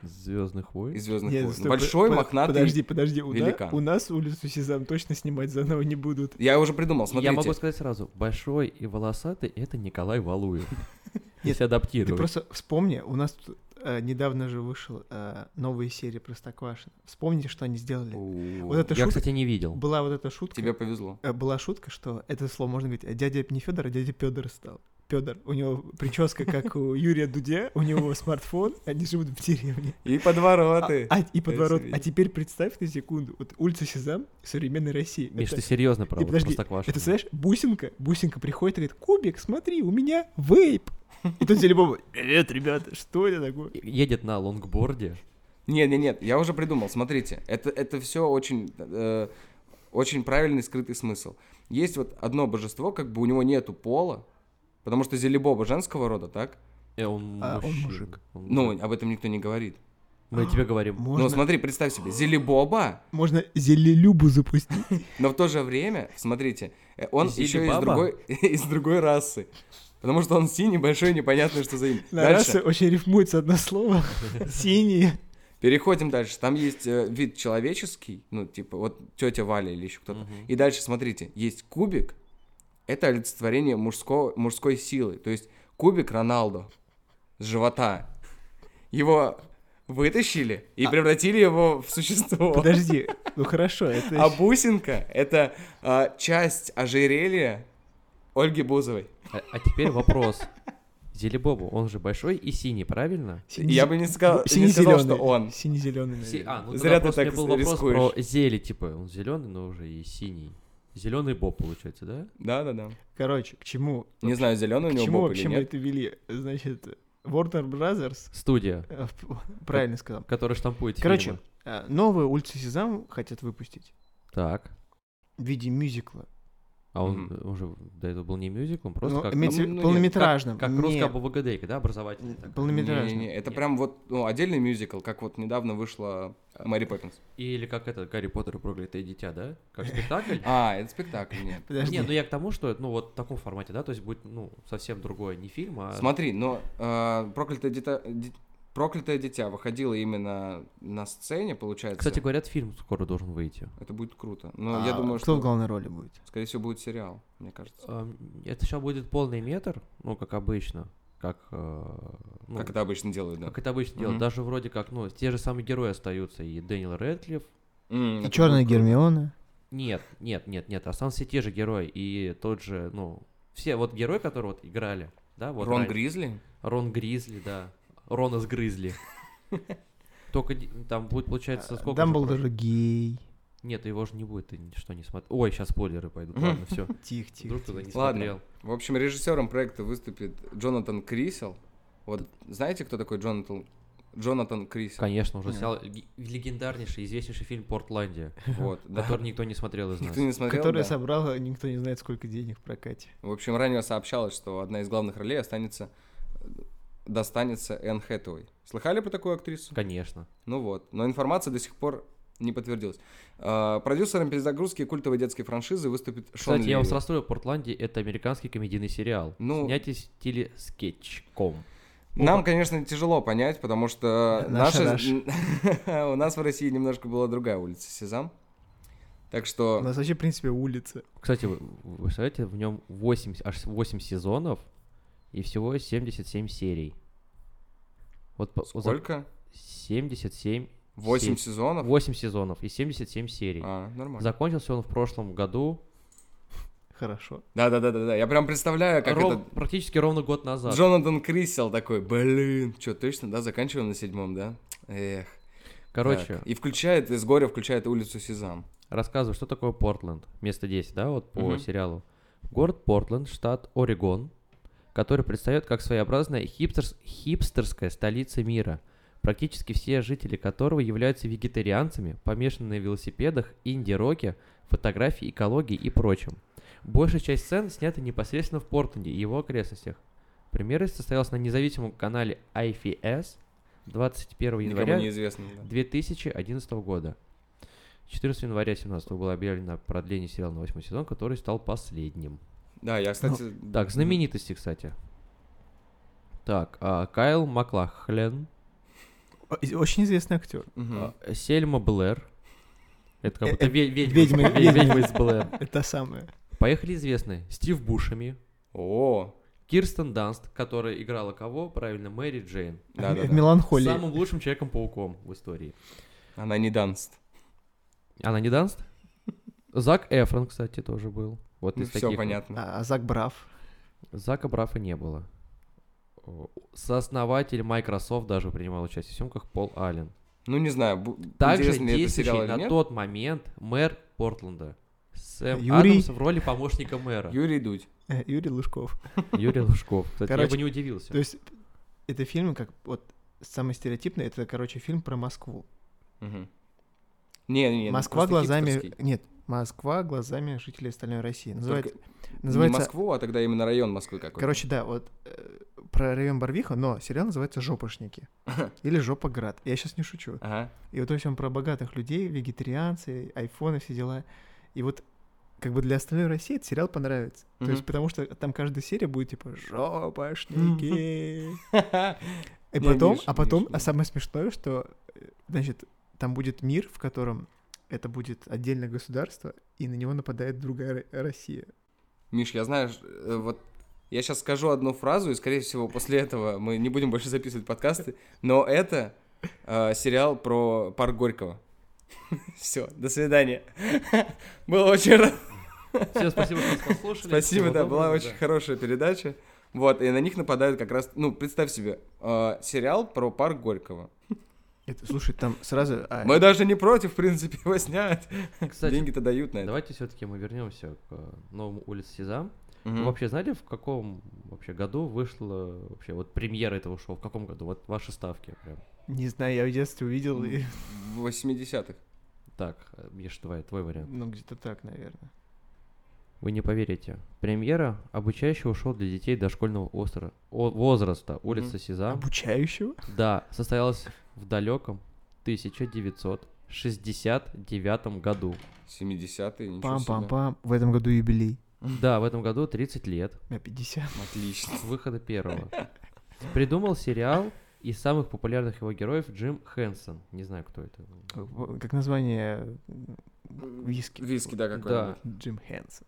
Speaker 4: Звездных войн.
Speaker 3: из Звездных
Speaker 2: Не,
Speaker 3: войн.
Speaker 2: стой,
Speaker 3: Большой,
Speaker 2: по- по-
Speaker 3: мохнатый.
Speaker 2: Подожди, подожди, у, на-
Speaker 3: великан.
Speaker 2: у нас улицу Сезам точно снимать заново не будут.
Speaker 3: Я уже придумал, смотрите.
Speaker 4: Я могу сказать сразу, большой и волосатый — это Николай Валуев.
Speaker 2: Нет,
Speaker 4: Если
Speaker 2: Ты
Speaker 4: адаптировать.
Speaker 2: просто вспомни, у нас тут, э, недавно же вышел э, новые серии Простоквашино. Вспомните, что они сделали.
Speaker 3: У,
Speaker 2: Вот это
Speaker 4: Я,
Speaker 2: шутка.
Speaker 4: кстати, не видел.
Speaker 2: Была вот эта шутка.
Speaker 3: Тебе повезло.
Speaker 2: э, Была шутка, что это слово можно говорить. э, Дядя не Федор, а дядя Пёдор стал. Пёдор. У него прическа, как у Юрия Дудя, у него смартфон, они живут в деревне.
Speaker 3: И подвороты.
Speaker 2: А- а- и подворот.
Speaker 3: всё
Speaker 2: А
Speaker 3: видел.
Speaker 2: теперь представь на секунду, вот улица Сезам современной России.
Speaker 4: Миш,
Speaker 2: это,
Speaker 4: ты серьезно про
Speaker 2: не, подожди,
Speaker 4: Простоквашино?
Speaker 2: это, знаешь, бусинка, бусинка приходит и говорит, Кубик, смотри, у меня вейп. И тут Зелебова, привет, ребята, что это такое?
Speaker 4: Едет на лонгборде.
Speaker 3: Нет, нет, нет, я уже придумал. Смотрите, это, это все очень, э, очень правильный скрытый смысл. Есть вот одно божество, как бы у него нету пола, потому что Зелебоба женского рода, так?
Speaker 4: Э, он,
Speaker 2: А, он
Speaker 4: мужчина,
Speaker 2: мужик.
Speaker 4: он
Speaker 3: Ну,
Speaker 4: мужик.
Speaker 3: об этом никто не говорит.
Speaker 4: мы тебе говорим.
Speaker 3: Ну,
Speaker 2: Можно,
Speaker 3: смотри, представь себе, Зелебоба,
Speaker 2: можно Зелелюбу запустить.
Speaker 3: но в то же время, смотрите, э, он еще из
Speaker 4: Зелебаба?
Speaker 3: другой, из другой расы. Потому что он синий, большой, непонятно, что за им.
Speaker 2: На
Speaker 3: дальше.
Speaker 2: расы очень рифмуется одно слово. Синие.
Speaker 3: Переходим дальше. Там есть э, вид человеческий, ну, типа, вот тетя Валя или еще кто-то.
Speaker 4: Мгм.
Speaker 3: И дальше, смотрите, есть кубик. Это олицетворение мужского, мужской силы. То есть кубик Роналдо с живота. Его вытащили и превратили его в существо.
Speaker 2: А Подожди, ну хорошо, это...
Speaker 3: А бусинка — это а, часть ожерелья Ольги Бузовой.
Speaker 4: А, а теперь вопрос. Зелебобу, он же большой и синий, правильно?
Speaker 3: Я бы не сказал, не сказал что он.
Speaker 2: Сине-зеленый.
Speaker 4: Си- А, ну тогда
Speaker 3: Зря ты
Speaker 4: просто у
Speaker 3: так
Speaker 4: меня был вопрос
Speaker 3: рискуешь.
Speaker 4: про зели, типа, он зеленый, но уже и синий. Зеленый боб, получается, да?
Speaker 3: Да-да-да.
Speaker 2: Короче, к чему?
Speaker 3: Не знаю,
Speaker 2: Ну,
Speaker 3: зеленый у
Speaker 2: К
Speaker 3: него
Speaker 2: чему
Speaker 3: боб
Speaker 2: вообще
Speaker 3: или
Speaker 2: мы
Speaker 3: нет.
Speaker 2: это вели? Значит, Warner Brothers...
Speaker 4: Студия,
Speaker 2: э, п- Правильно сказал.
Speaker 4: которая штампует
Speaker 2: Короче,
Speaker 4: фильмы.
Speaker 2: э, новую улицу Сезам хотят выпустить
Speaker 4: Так.
Speaker 2: в виде мюзикла.
Speaker 4: А он
Speaker 3: Мгм.
Speaker 4: уже до этого был не мюзикл, он просто
Speaker 2: Ну,
Speaker 4: как...
Speaker 2: имеется в виду
Speaker 3: ну, нет,
Speaker 2: полнометражным.
Speaker 4: Как, как
Speaker 2: Не,
Speaker 4: русская ББГДейка, да, образовательная? такая?
Speaker 2: Полнометражным.
Speaker 3: Не-не-не, это
Speaker 4: Нет.
Speaker 3: прям вот ну, отдельный мюзикл, как вот недавно вышла э, Мэри Поппинс.
Speaker 4: Или как это, Гарри Поттер и проклятое дитя, да? Как спектакль?
Speaker 3: А, это спектакль, нет.
Speaker 2: Подожди.
Speaker 4: Не, ну я к тому, что, ну, вот в таком формате, да, то есть будет, ну, совсем другое, не фильм, а...
Speaker 3: Смотри, но э, проклятое, дитя, ди- проклятое дитя выходило именно на сцене, получается.
Speaker 4: Кстати, говорят, фильм скоро должен выйти.
Speaker 3: это будет круто. Но
Speaker 2: А
Speaker 3: ну, я думаю,
Speaker 2: кто
Speaker 3: что
Speaker 2: в главной роли будет?
Speaker 3: скорее всего будет сериал, мне кажется.
Speaker 4: Эм, Это сейчас будет полный метр, ну, как обычно, как... э, ну,
Speaker 3: Как это обычно делают, да.
Speaker 4: как это обычно делают.
Speaker 3: Мгм.
Speaker 4: Даже вроде как, ну, те же самые герои остаются, и Дэниел Рэдклифф.
Speaker 2: И
Speaker 3: М, это
Speaker 2: черная
Speaker 3: будет круто.
Speaker 2: Гермиона.
Speaker 4: Нет, нет, нет, нет, останутся все те же герои, и тот же, ну, все, вот герои, которые вот играли, да, вот...
Speaker 3: Рон
Speaker 4: раньше.
Speaker 3: Гризли?
Speaker 4: Рон Гризли, да. Рона с Гризли. Только ди- там будет, получается, сколько... же
Speaker 2: А, э, Дамблдор
Speaker 4: прошло?
Speaker 2: гей.
Speaker 4: Нет, его же не будет, ты что не смотрел. Ой, сейчас спойлеры пойдут, ладно, все.
Speaker 2: Тихо, тихо.
Speaker 4: Вдруг кто-то не
Speaker 3: Ладно.
Speaker 4: смотрел.
Speaker 3: В общем, режиссером проекта выступит Джонатан Крисел. Вот знаете, кто такой Джонатан, Джонатан Крисел?
Speaker 4: Конечно, уже
Speaker 3: Нет.
Speaker 4: снял лег- легендарнейший, известнейший фильм «Портландия»,
Speaker 3: Вот, да.
Speaker 4: который никто не смотрел из нас.
Speaker 3: Никто не смотрел,
Speaker 2: Который
Speaker 3: да.
Speaker 2: собрал, никто не знает, сколько денег в прокате.
Speaker 3: В общем, ранее сообщалось, что одна из главных ролей останется достанется Энн Хэтэуэй. Слыхали про такую актрису?
Speaker 4: Конечно.
Speaker 3: Ну вот. Но информация до сих пор не подтвердилась. А, Продюсером перезагрузки культовой детской франшизы выступит Шон
Speaker 4: Кстати, я вас
Speaker 3: Леви.
Speaker 4: расстрою, «Портландия» — это американский комедийный сериал.
Speaker 3: Ну-
Speaker 4: Снятие в стиле скетчком.
Speaker 3: Нам, конечно, тяжело понять, потому что
Speaker 2: Наша
Speaker 3: наши- у нас в России немножко была другая улица Сезам. Так
Speaker 2: У
Speaker 3: что
Speaker 2: нас вообще, в принципе, улица.
Speaker 4: Кстати, вы, вы представляете, в нем 8, аж 8 сезонов и всего 77 серий. Вот по- вот за-
Speaker 3: сколько?
Speaker 4: 77.
Speaker 3: Восемь
Speaker 4: серий.
Speaker 3: сезонов?
Speaker 4: 8 сезонов и 77 серий.
Speaker 3: А, нормально.
Speaker 4: Закончился он в прошлом году.
Speaker 2: Хорошо.
Speaker 3: Да-да-да-да. Я прям представляю, как
Speaker 4: Ров-
Speaker 3: этот
Speaker 4: Практически ровно год назад.
Speaker 3: Джонатан Крисел такой, блин, что, точно, да, заканчиваем на седьмом, да? Эх.
Speaker 4: Короче,
Speaker 3: Так, И включает, из горя включает улицу Сезам.
Speaker 4: рассказываю, что такое Портленд. Место 10, да, вот по
Speaker 3: Мгм.
Speaker 4: сериалу. Город Портленд, штат Орегон, который предстает как своеобразная хипстерс- хипстерская столица мира, практически все жители которого являются вегетарианцами, помешанные на велосипедах, инди-роке, фотографии, экологии и прочем. Большая часть сцен снята непосредственно в Портленде и его окрестностях. Премьера состоялась на независимом канале IFS 21 января
Speaker 3: Никому неизвестно. да.
Speaker 4: 2011 года. 14 января 2017 было объявлено продление сериала на 8 сезон, который стал последним.
Speaker 3: Да, я, кстати...
Speaker 4: Так, знаменитости, кстати. Так, а, Кайл Маклахлен,
Speaker 2: О- и- Очень известный актер.
Speaker 3: Мгм.
Speaker 4: а, Сельма Блэр. Это как
Speaker 2: Э,
Speaker 4: будто
Speaker 2: э,
Speaker 4: ве- ведьма,
Speaker 2: ведьма,
Speaker 4: ве-
Speaker 2: ведьма.
Speaker 4: ведьма из Блэр.
Speaker 2: Это самое.
Speaker 4: Поехали известные. Стив Бушами,
Speaker 3: О,
Speaker 4: Кирстен Данст, которая играла кого? Правильно, Мэри Джейн.
Speaker 3: да, да,
Speaker 2: В
Speaker 3: да.
Speaker 2: меланхолии.
Speaker 4: Самым лучшим Человеком-пауком в истории.
Speaker 3: Она не данст.
Speaker 4: Она не Данст? Зак Эфрон, кстати, тоже был. Вот из
Speaker 3: все
Speaker 4: таких вот.
Speaker 3: Ну, понятно.
Speaker 2: А Зак Брав.
Speaker 4: Зака Брафа не было. О, Сооснователь Microsoft даже принимал участие в съемках Пол Аллен.
Speaker 3: Ну, не знаю, бу-
Speaker 4: Также
Speaker 3: интересно ли это сериал
Speaker 4: действующий
Speaker 3: или
Speaker 4: на
Speaker 3: нет.
Speaker 4: тот момент мэр Портленда. Сэм
Speaker 2: Юрий-
Speaker 4: Адамс в роли помощника мэра.
Speaker 3: Юрий Дудь.
Speaker 2: Э, Юрий Лужков.
Speaker 4: Юрий Лужков. Кстати, я
Speaker 2: Короче,
Speaker 4: бы не удивился.
Speaker 2: То есть, это фильм, как вот самый стереотипный, это, короче, фильм про Москву.
Speaker 3: Мгм. Не, не, не, ну,
Speaker 2: Москва
Speaker 3: просто
Speaker 2: глазами...
Speaker 3: хипстерский.
Speaker 2: Нет, Москва глазами жителей остальной России.
Speaker 3: Только
Speaker 2: Называется,
Speaker 3: Не
Speaker 2: называется
Speaker 3: Москву, а тогда именно район Москвы какой-то.
Speaker 2: Короче, да, вот э, про район Барвиха, но сериал называется «Жопошники» или «Жопоград». Я сейчас не шучу.
Speaker 3: Ага.
Speaker 2: И вот, то есть он про богатых людей, вегетарианцы, айфоны, все дела. И вот как бы для остальной России этот сериал понравится. То есть
Speaker 3: Мгм.
Speaker 2: потому что там каждая серия будет типа «Жопошники». И
Speaker 3: Не,
Speaker 2: потом,
Speaker 3: Миш,
Speaker 2: а потом,
Speaker 3: Миш,
Speaker 2: а
Speaker 3: да.
Speaker 2: самое смешное, что, э, значит, там будет мир, в котором это будет отдельное государство, и на него нападает другая Ро- Россия.
Speaker 3: Миш, я знаю, ж- э, вот я сейчас скажу одну фразу, и, скорее всего, после этого мы не будем больше записывать подкасты, но это э, сериал про парк Горького. Все, до свидания. Было очень рад.
Speaker 4: Всем спасибо, что нас послушали.
Speaker 3: Спасибо,
Speaker 4: Всего
Speaker 3: да, была
Speaker 4: доброго,
Speaker 3: очень
Speaker 4: да.
Speaker 3: хорошая передача. Вот, и на них нападают как раз, ну, представь себе, э, сериал про парк Горького.
Speaker 2: Это, слушай, там сразу... а,
Speaker 3: Мы даже не против, в принципе, его снять.
Speaker 4: Кстати,
Speaker 3: Деньги-то дают на это.
Speaker 4: Давайте все-таки мы вернемся к э, новому улице Сезам. Вы
Speaker 3: Мгм.
Speaker 4: вообще знали, в каком вообще году вышла вообще вот премьера этого шоу? В каком году? Вот ваши ставки прям.
Speaker 2: Не знаю, я в детстве увидел, и...
Speaker 3: В 80-х.
Speaker 4: Так, э, Миша, твой, твой вариант.
Speaker 2: ну где-то так, наверное.
Speaker 4: Вы не поверите. Премьера обучающего шоу для детей дошкольного остро... о- возраста улица Сезам.
Speaker 2: Обучающего?
Speaker 4: Да, состоялась в далеком 1969 году.
Speaker 3: 70-е, ничего себе.
Speaker 2: Пам-пам-пам. В этом году юбилей.
Speaker 4: Да, в этом году 30 лет
Speaker 2: На 50.
Speaker 3: Отлично.
Speaker 4: с выхода первого. Придумал сериал из самых популярных его героев Джим Хэнсон. Не знаю, кто это.
Speaker 2: В- Как название м, виски.
Speaker 3: Виски, да,
Speaker 4: Да.
Speaker 3: какой-нибудь.
Speaker 2: Джим Хэнсон.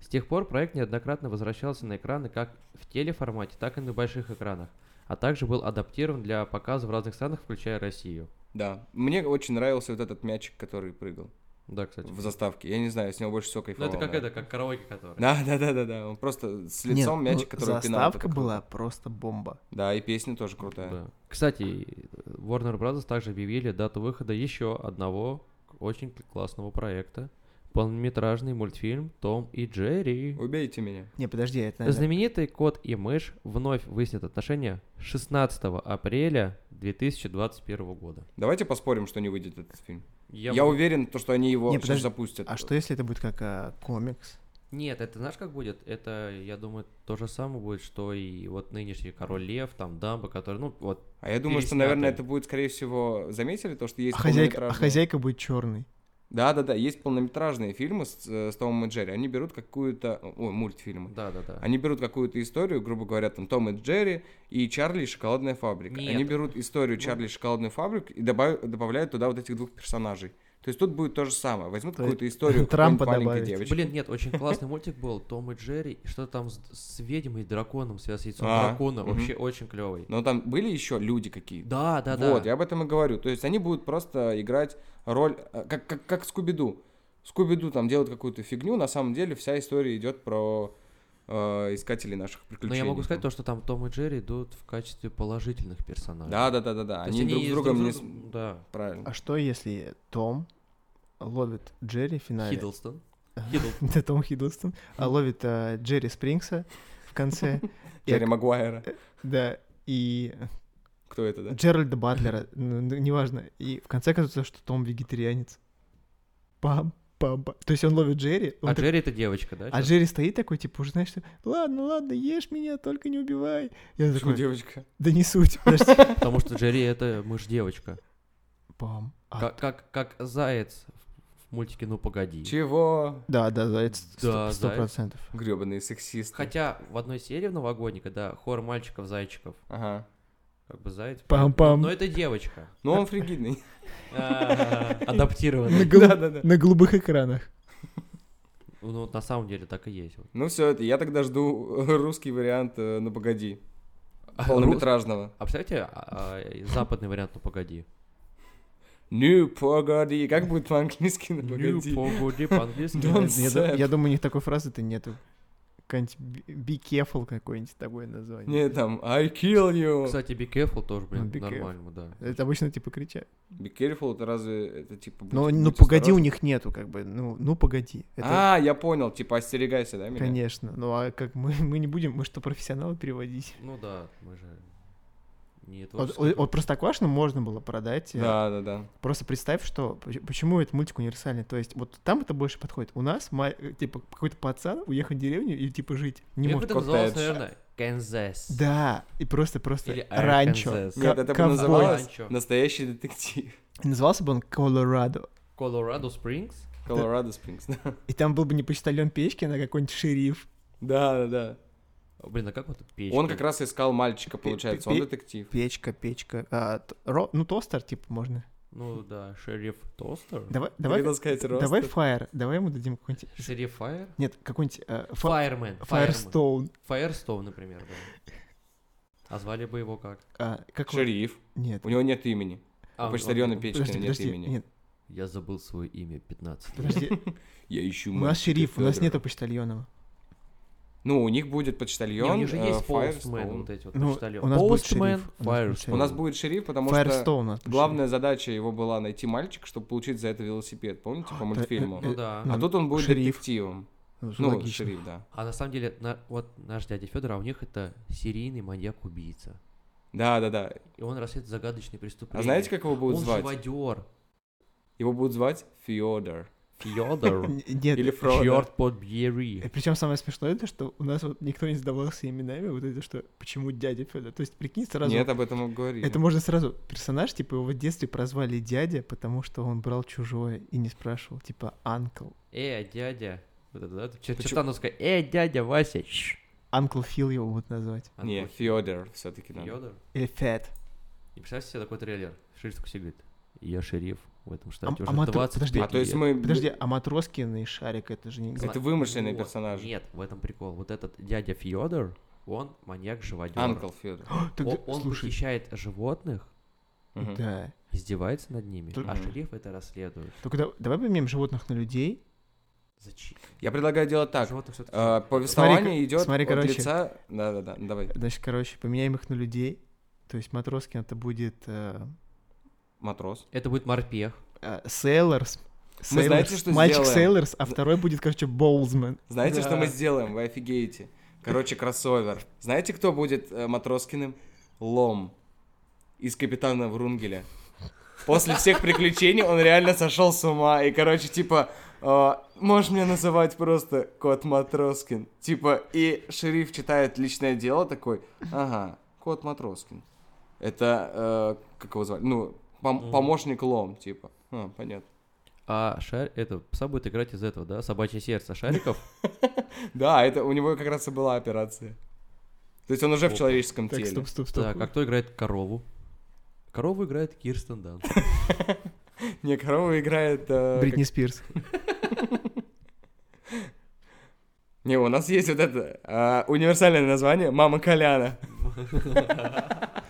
Speaker 4: С тех пор проект неоднократно возвращался на экраны как в телеформате, так и на больших экранах, а также был адаптирован для показа в разных странах, включая Россию.
Speaker 3: Да. Мне очень нравился вот этот мячик, который прыгал
Speaker 4: Да, кстати.
Speaker 3: в заставке. Я не знаю, с него больше всего
Speaker 4: Ну
Speaker 3: кайфовал.
Speaker 4: это как это,
Speaker 3: наверное.
Speaker 4: как караоке, который.
Speaker 3: Да, да, да, да, да. Он просто с лицом
Speaker 2: Нет,
Speaker 3: мячик,
Speaker 2: ну,
Speaker 3: который пинал. это
Speaker 2: Заставка
Speaker 3: как-
Speaker 2: была просто бомба.
Speaker 3: Да, и песня тоже крутая.
Speaker 4: Да. Кстати, Warner Bros. также объявили дату выхода еще одного к- очень к- классного проекта. Полнометражный мультфильм «Том и Джерри».
Speaker 3: Убейте меня.
Speaker 2: Не, подожди, это... наверное,
Speaker 4: Знаменитый кот и мышь вновь выяснят отношения 16 апреля 2021 года.
Speaker 3: Давайте поспорим, что не выйдет этот фильм. Я,
Speaker 4: бы-
Speaker 3: уверен, то, что они его
Speaker 2: Не,
Speaker 3: сейчас
Speaker 2: подожди.
Speaker 3: запустят.
Speaker 2: А что если это будет как а, комикс?
Speaker 4: Нет, это знаешь, как будет? Это, я думаю, то же самое будет, что и вот нынешний Король Лев, там Дамба, который, ну, вот,
Speaker 3: А я думаю, что,
Speaker 4: Переснятый.
Speaker 3: наверное, это будет, скорее всего, заметили то, что есть
Speaker 2: А хозяйка, а
Speaker 3: полнометражные-
Speaker 2: хозяйка будет черный.
Speaker 3: Да-да-да, есть полнометражные фильмы с, э, с Томом и Джерри. Они берут какую-то... Ой, мультфильмы.
Speaker 4: да-да-да.
Speaker 3: Они берут какую-то историю, грубо говоря, там Том и Джерри и Чарли и шоколадная фабрика.
Speaker 4: Нет. Ну.
Speaker 3: Они берут историю Чарли и шоколадную фабрику и добав- добавляют туда вот этих двух персонажей. То есть тут будет то же самое. Возьмут
Speaker 2: То
Speaker 3: какую-то историю
Speaker 2: Трампа
Speaker 3: какой-нибудь маленькой
Speaker 2: добавить.
Speaker 3: девочки.
Speaker 4: Блин, нет, очень классный мультик был, Том и Джерри, и что там с, с ведьмой и драконом, связь с яйцом
Speaker 3: А,
Speaker 4: дракона,
Speaker 3: мгм.
Speaker 4: вообще очень клевый.
Speaker 3: Но там были еще люди какие-то.
Speaker 4: Да, да, да.
Speaker 3: Вот, я об этом и говорю. То есть они будут просто играть роль, э, как, как, как Скуби-Ду. Скуби-Ду там делают какую-то фигню, на самом деле вся история идет про э, искателей наших
Speaker 4: Но
Speaker 3: приключений.
Speaker 4: я могу сказать то, что там Том и Джерри идут в качестве положительных персонажей.
Speaker 3: Да, да, да, да, да.
Speaker 4: То есть
Speaker 3: Они, друг с другом не... с-
Speaker 4: Да.
Speaker 3: Правильно.
Speaker 2: А что если Том ловит Джерри в финале?
Speaker 4: Хиддлстон. Хиддлстон.
Speaker 2: Да, Том Хиддлстон. А ловит а, Джерри Спрингса в конце. И
Speaker 3: Терри
Speaker 2: ок-
Speaker 3: Магуайра.
Speaker 2: Да, и
Speaker 3: Кто это, да?
Speaker 2: Джеральда Батлера, ну, ну, неважно. И в конце кажется, что Том вегетарианец. Пам, пам, пам. То есть он ловит Джерри, он
Speaker 4: А
Speaker 2: Ну, так-
Speaker 4: Джерри это девочка, да?
Speaker 2: а
Speaker 4: сейчас?
Speaker 2: Джерри стоит такой, типа, уже знаешь, что, ладно, ладно, ешь меня, только не убивай. Я
Speaker 3: Почему
Speaker 2: такой,
Speaker 3: девочка?
Speaker 2: да не суть, подожди.
Speaker 4: Потому что Джерри это мышь-девочка.
Speaker 2: Пам. А,
Speaker 4: Как, как, как заяц в- в мультике «Ну, погоди».
Speaker 3: Чего?
Speaker 2: Да, да, заяц,
Speaker 4: Да,
Speaker 2: сто сто
Speaker 4: заяц.
Speaker 2: процентов.
Speaker 3: Гребаные сексисты.
Speaker 4: Хотя в одной серии в новогодней, когда хор мальчиков-зайчиков,
Speaker 3: Ага.
Speaker 4: как бы заяц...
Speaker 2: Пам-пам.
Speaker 4: Но это девочка.
Speaker 3: Ну, он фригидный.
Speaker 4: А,
Speaker 2: На,
Speaker 4: Адаптированная.
Speaker 2: голуб-
Speaker 3: Да, да, да.
Speaker 2: на голубых экранах.
Speaker 4: Ну, на самом деле так и есть. вот.
Speaker 3: Ну, все это. Я тогда жду русский вариант э, «Ну, погоди».
Speaker 4: А,
Speaker 3: Полнометражного.
Speaker 4: рус- А представляете, а, а, западный вариант «Ну, погоди».
Speaker 3: «Ну, погоди». Как будет по-английски «Ну,
Speaker 4: «Ну,
Speaker 3: погоди»?
Speaker 4: погоди» по-английски.
Speaker 3: Don't
Speaker 2: Я, ду-
Speaker 3: Сэп.
Speaker 2: я думаю, у них такой фразы-то нету. Какой-нибудь be careful какой-нибудь такое название.
Speaker 3: Не, там, I kill you.
Speaker 4: Кстати, Be Careful тоже,
Speaker 2: Ну,
Speaker 4: блин,
Speaker 2: Be Careful.
Speaker 4: нормально, да.
Speaker 2: Это обычно типа кричат.
Speaker 3: Be careful, это разве это типа...
Speaker 2: Но,
Speaker 3: будь-
Speaker 2: ну
Speaker 3: будь
Speaker 2: погоди, у
Speaker 3: осторожен?
Speaker 2: них нету, как бы, ну, ну погоди. Это,
Speaker 3: А, я понял, типа остерегайся, да, меня?
Speaker 2: конечно. Ну а как мы, мы не будем, мы что, профессионалы переводить?
Speaker 4: Ну да, мы же не
Speaker 2: Вот,
Speaker 4: творческие
Speaker 2: вот, вот Простоквашино можно было продать. э,
Speaker 3: Да, да, да.
Speaker 2: Просто представь, что поч- почему этот мультик универсальный. То есть вот там это больше подходит. У нас ма- э, типа какой-то пацан уехал в деревню и типа жить не
Speaker 4: люди.
Speaker 2: может.
Speaker 4: Это бы называлось,
Speaker 3: коттедж.
Speaker 4: наверное, Канзас.
Speaker 2: Да, и просто просто
Speaker 4: Или
Speaker 2: ранчо.
Speaker 4: Arkansas.
Speaker 2: ка-
Speaker 3: Нет, это бы
Speaker 2: ковбой.
Speaker 3: называлось
Speaker 4: Ранчо.
Speaker 3: настоящий детектив.
Speaker 2: Назывался бы он Колорадо.
Speaker 4: Колорадо Спрингс.
Speaker 3: Колорадо Спрингс. Да,
Speaker 2: И там был бы не почтальон печки, а какой-нибудь шериф.
Speaker 3: да, да.
Speaker 4: Блин, а как вот печка?
Speaker 3: Он как раз искал мальчика,
Speaker 2: Пе-
Speaker 3: получается,
Speaker 2: пе-
Speaker 3: он
Speaker 2: пе-
Speaker 3: детектив.
Speaker 2: Печка, печка. а, т- ро- ну, тостер, типа, можно.
Speaker 4: Ну да, Шериф Тостер.
Speaker 2: Давай, давай,
Speaker 3: Хотел сказать Ростер.
Speaker 2: давай Fire. Давай ему дадим какой-нибудь...
Speaker 4: Шериф Файер?
Speaker 2: Нет, какой-нибудь... э, фа-
Speaker 4: Фаермен. Фаермен.
Speaker 2: Firestone.
Speaker 4: Фаерстоун, например, да. А звали бы его как?
Speaker 2: А, как он-
Speaker 3: Шериф.
Speaker 2: Нет.
Speaker 3: У него нет имени.
Speaker 4: А,
Speaker 3: у почтальона
Speaker 4: он-
Speaker 3: Печкина
Speaker 2: Подожди,
Speaker 3: нет
Speaker 2: подожди,
Speaker 3: имени.
Speaker 2: нет,
Speaker 4: Я забыл свое имя 15 лет.
Speaker 2: подожди.
Speaker 3: Я ищу
Speaker 2: У нас
Speaker 3: мальчика
Speaker 2: шериф, у нас
Speaker 3: Фёдора.
Speaker 2: нету почтальонова.
Speaker 3: Ну, у них
Speaker 4: Не,
Speaker 3: будет
Speaker 4: у
Speaker 3: почтальон,
Speaker 4: них же
Speaker 3: э,
Speaker 4: есть Postman,
Speaker 3: Firestone.
Speaker 4: вот эти вот
Speaker 2: Ну,
Speaker 4: почтальоны.
Speaker 2: у нас будет шериф,
Speaker 4: Postman,
Speaker 2: у нас будет
Speaker 4: Firestone.
Speaker 2: шериф.
Speaker 3: У нас будет шериф, потому что
Speaker 2: Firestone у нас. будет
Speaker 3: главная задача его была найти мальчика, чтобы получить за это велосипед. Помните, по
Speaker 2: да,
Speaker 3: мультфильму?
Speaker 2: э,
Speaker 4: Ну да.
Speaker 3: А
Speaker 2: ну,
Speaker 3: тут он будет
Speaker 2: шериф.
Speaker 3: детективом.
Speaker 2: шериф.
Speaker 3: Ну,
Speaker 2: Логично.
Speaker 3: шериф, да.
Speaker 4: А на самом деле, на- вот наш дядя Федор, а у них это серийный маньяк-убийца.
Speaker 3: Да, да, да.
Speaker 4: И он расследует загадочные преступления.
Speaker 3: А знаете, как его будут
Speaker 4: он
Speaker 3: звать?
Speaker 4: живодер.
Speaker 3: Его будут звать Феодор.
Speaker 4: Федор.
Speaker 2: Н- Нет,
Speaker 3: Или Фродо.
Speaker 4: Черт подбери.
Speaker 2: Причем самое смешное это, что у нас вот никто не задавался именами, вот это что, почему дядя Федор. То есть, прикинь, сразу...
Speaker 3: Нет, об этом мы говорили.
Speaker 2: это можно сразу. Персонаж, типа, его в детстве прозвали дядя, потому что он брал чужое и не спрашивал, типа, анкл.
Speaker 4: Э, дядя. Вот это, да? Чер-
Speaker 3: Почему-
Speaker 4: Чертановская. Э, дядя Вася. А Шш.
Speaker 2: Анкл Фил его будут назвать.
Speaker 3: А, Не,
Speaker 4: Андрюхи.
Speaker 3: Феодор все-таки надо.
Speaker 4: Федор.
Speaker 2: Или Фет.
Speaker 4: И представьте себе такой трейлер. Шериф такой сидит. Я шериф в этом
Speaker 2: а
Speaker 4: штате уже
Speaker 2: матро-
Speaker 4: 25
Speaker 2: подожди,
Speaker 3: А то есть
Speaker 4: лет».
Speaker 3: мы...
Speaker 2: Подожди, а Матроскин и Шарик, это же не...
Speaker 3: Это вымышленные
Speaker 4: Вот,
Speaker 3: персонажи.
Speaker 4: Нет, в этом прикол. Вот этот дядя Федор, он маньяк-живодер.
Speaker 3: Анкл Феодор.
Speaker 2: Тогда-
Speaker 4: О- Он
Speaker 2: слушай,
Speaker 4: похищает животных,
Speaker 3: Мгм.
Speaker 2: да.
Speaker 4: издевается над ними,
Speaker 2: Только-
Speaker 4: а шериф это расследует.
Speaker 2: Только да- давай поменяем животных на людей.
Speaker 4: Зачем?
Speaker 3: Я предлагаю делать так.
Speaker 4: Животных всё-таки...
Speaker 3: Э, Повествование
Speaker 2: Смотри,
Speaker 3: идет
Speaker 2: смотри,
Speaker 3: от
Speaker 2: короче.
Speaker 3: лица... Да-да-да, ну давай.
Speaker 2: Значит, короче, поменяем их на людей. То есть Матроскин это будет э,
Speaker 3: Матрос.
Speaker 4: Это будет морпех.
Speaker 2: э, Сейлорс.
Speaker 3: Мы
Speaker 2: Сейлорс.
Speaker 3: знаете, что
Speaker 2: Мальчик
Speaker 3: сделаем?
Speaker 2: Сейлорс, а второй будет, короче, Боулзмен.
Speaker 3: Знаете, что
Speaker 4: Да.
Speaker 3: мы сделаем? Вы офигеете. Короче, кроссовер. Знаете, кто будет э, Матроскиным? Лом. Из Капитана Врунгеля. После всех приключений он реально сошел с ума. И, короче, типа... э, можешь меня называть просто Кот Матроскин. Типа, и шериф читает личное дело такой. Ага, Кот Матроскин. Это, э, как его звали? Ну, пом-
Speaker 4: Мгм.
Speaker 3: помощник Лом, типа. А, понятно.
Speaker 4: А шар... это пса будет играть из этого, да? Собачье сердце шариков.
Speaker 3: Да, это у него как раз и была операция. То есть он уже в
Speaker 4: Опа.
Speaker 3: человеческом
Speaker 2: Так,
Speaker 3: теле.
Speaker 2: стоп, стоп, стоп.
Speaker 4: Так, а кто играет корову? Корову играет Кирстен Данст.
Speaker 3: Не, корова играет... э,
Speaker 2: Бритни Спирс.
Speaker 3: как- Не, у нас есть вот это э, универсальное название «Мама Коляна».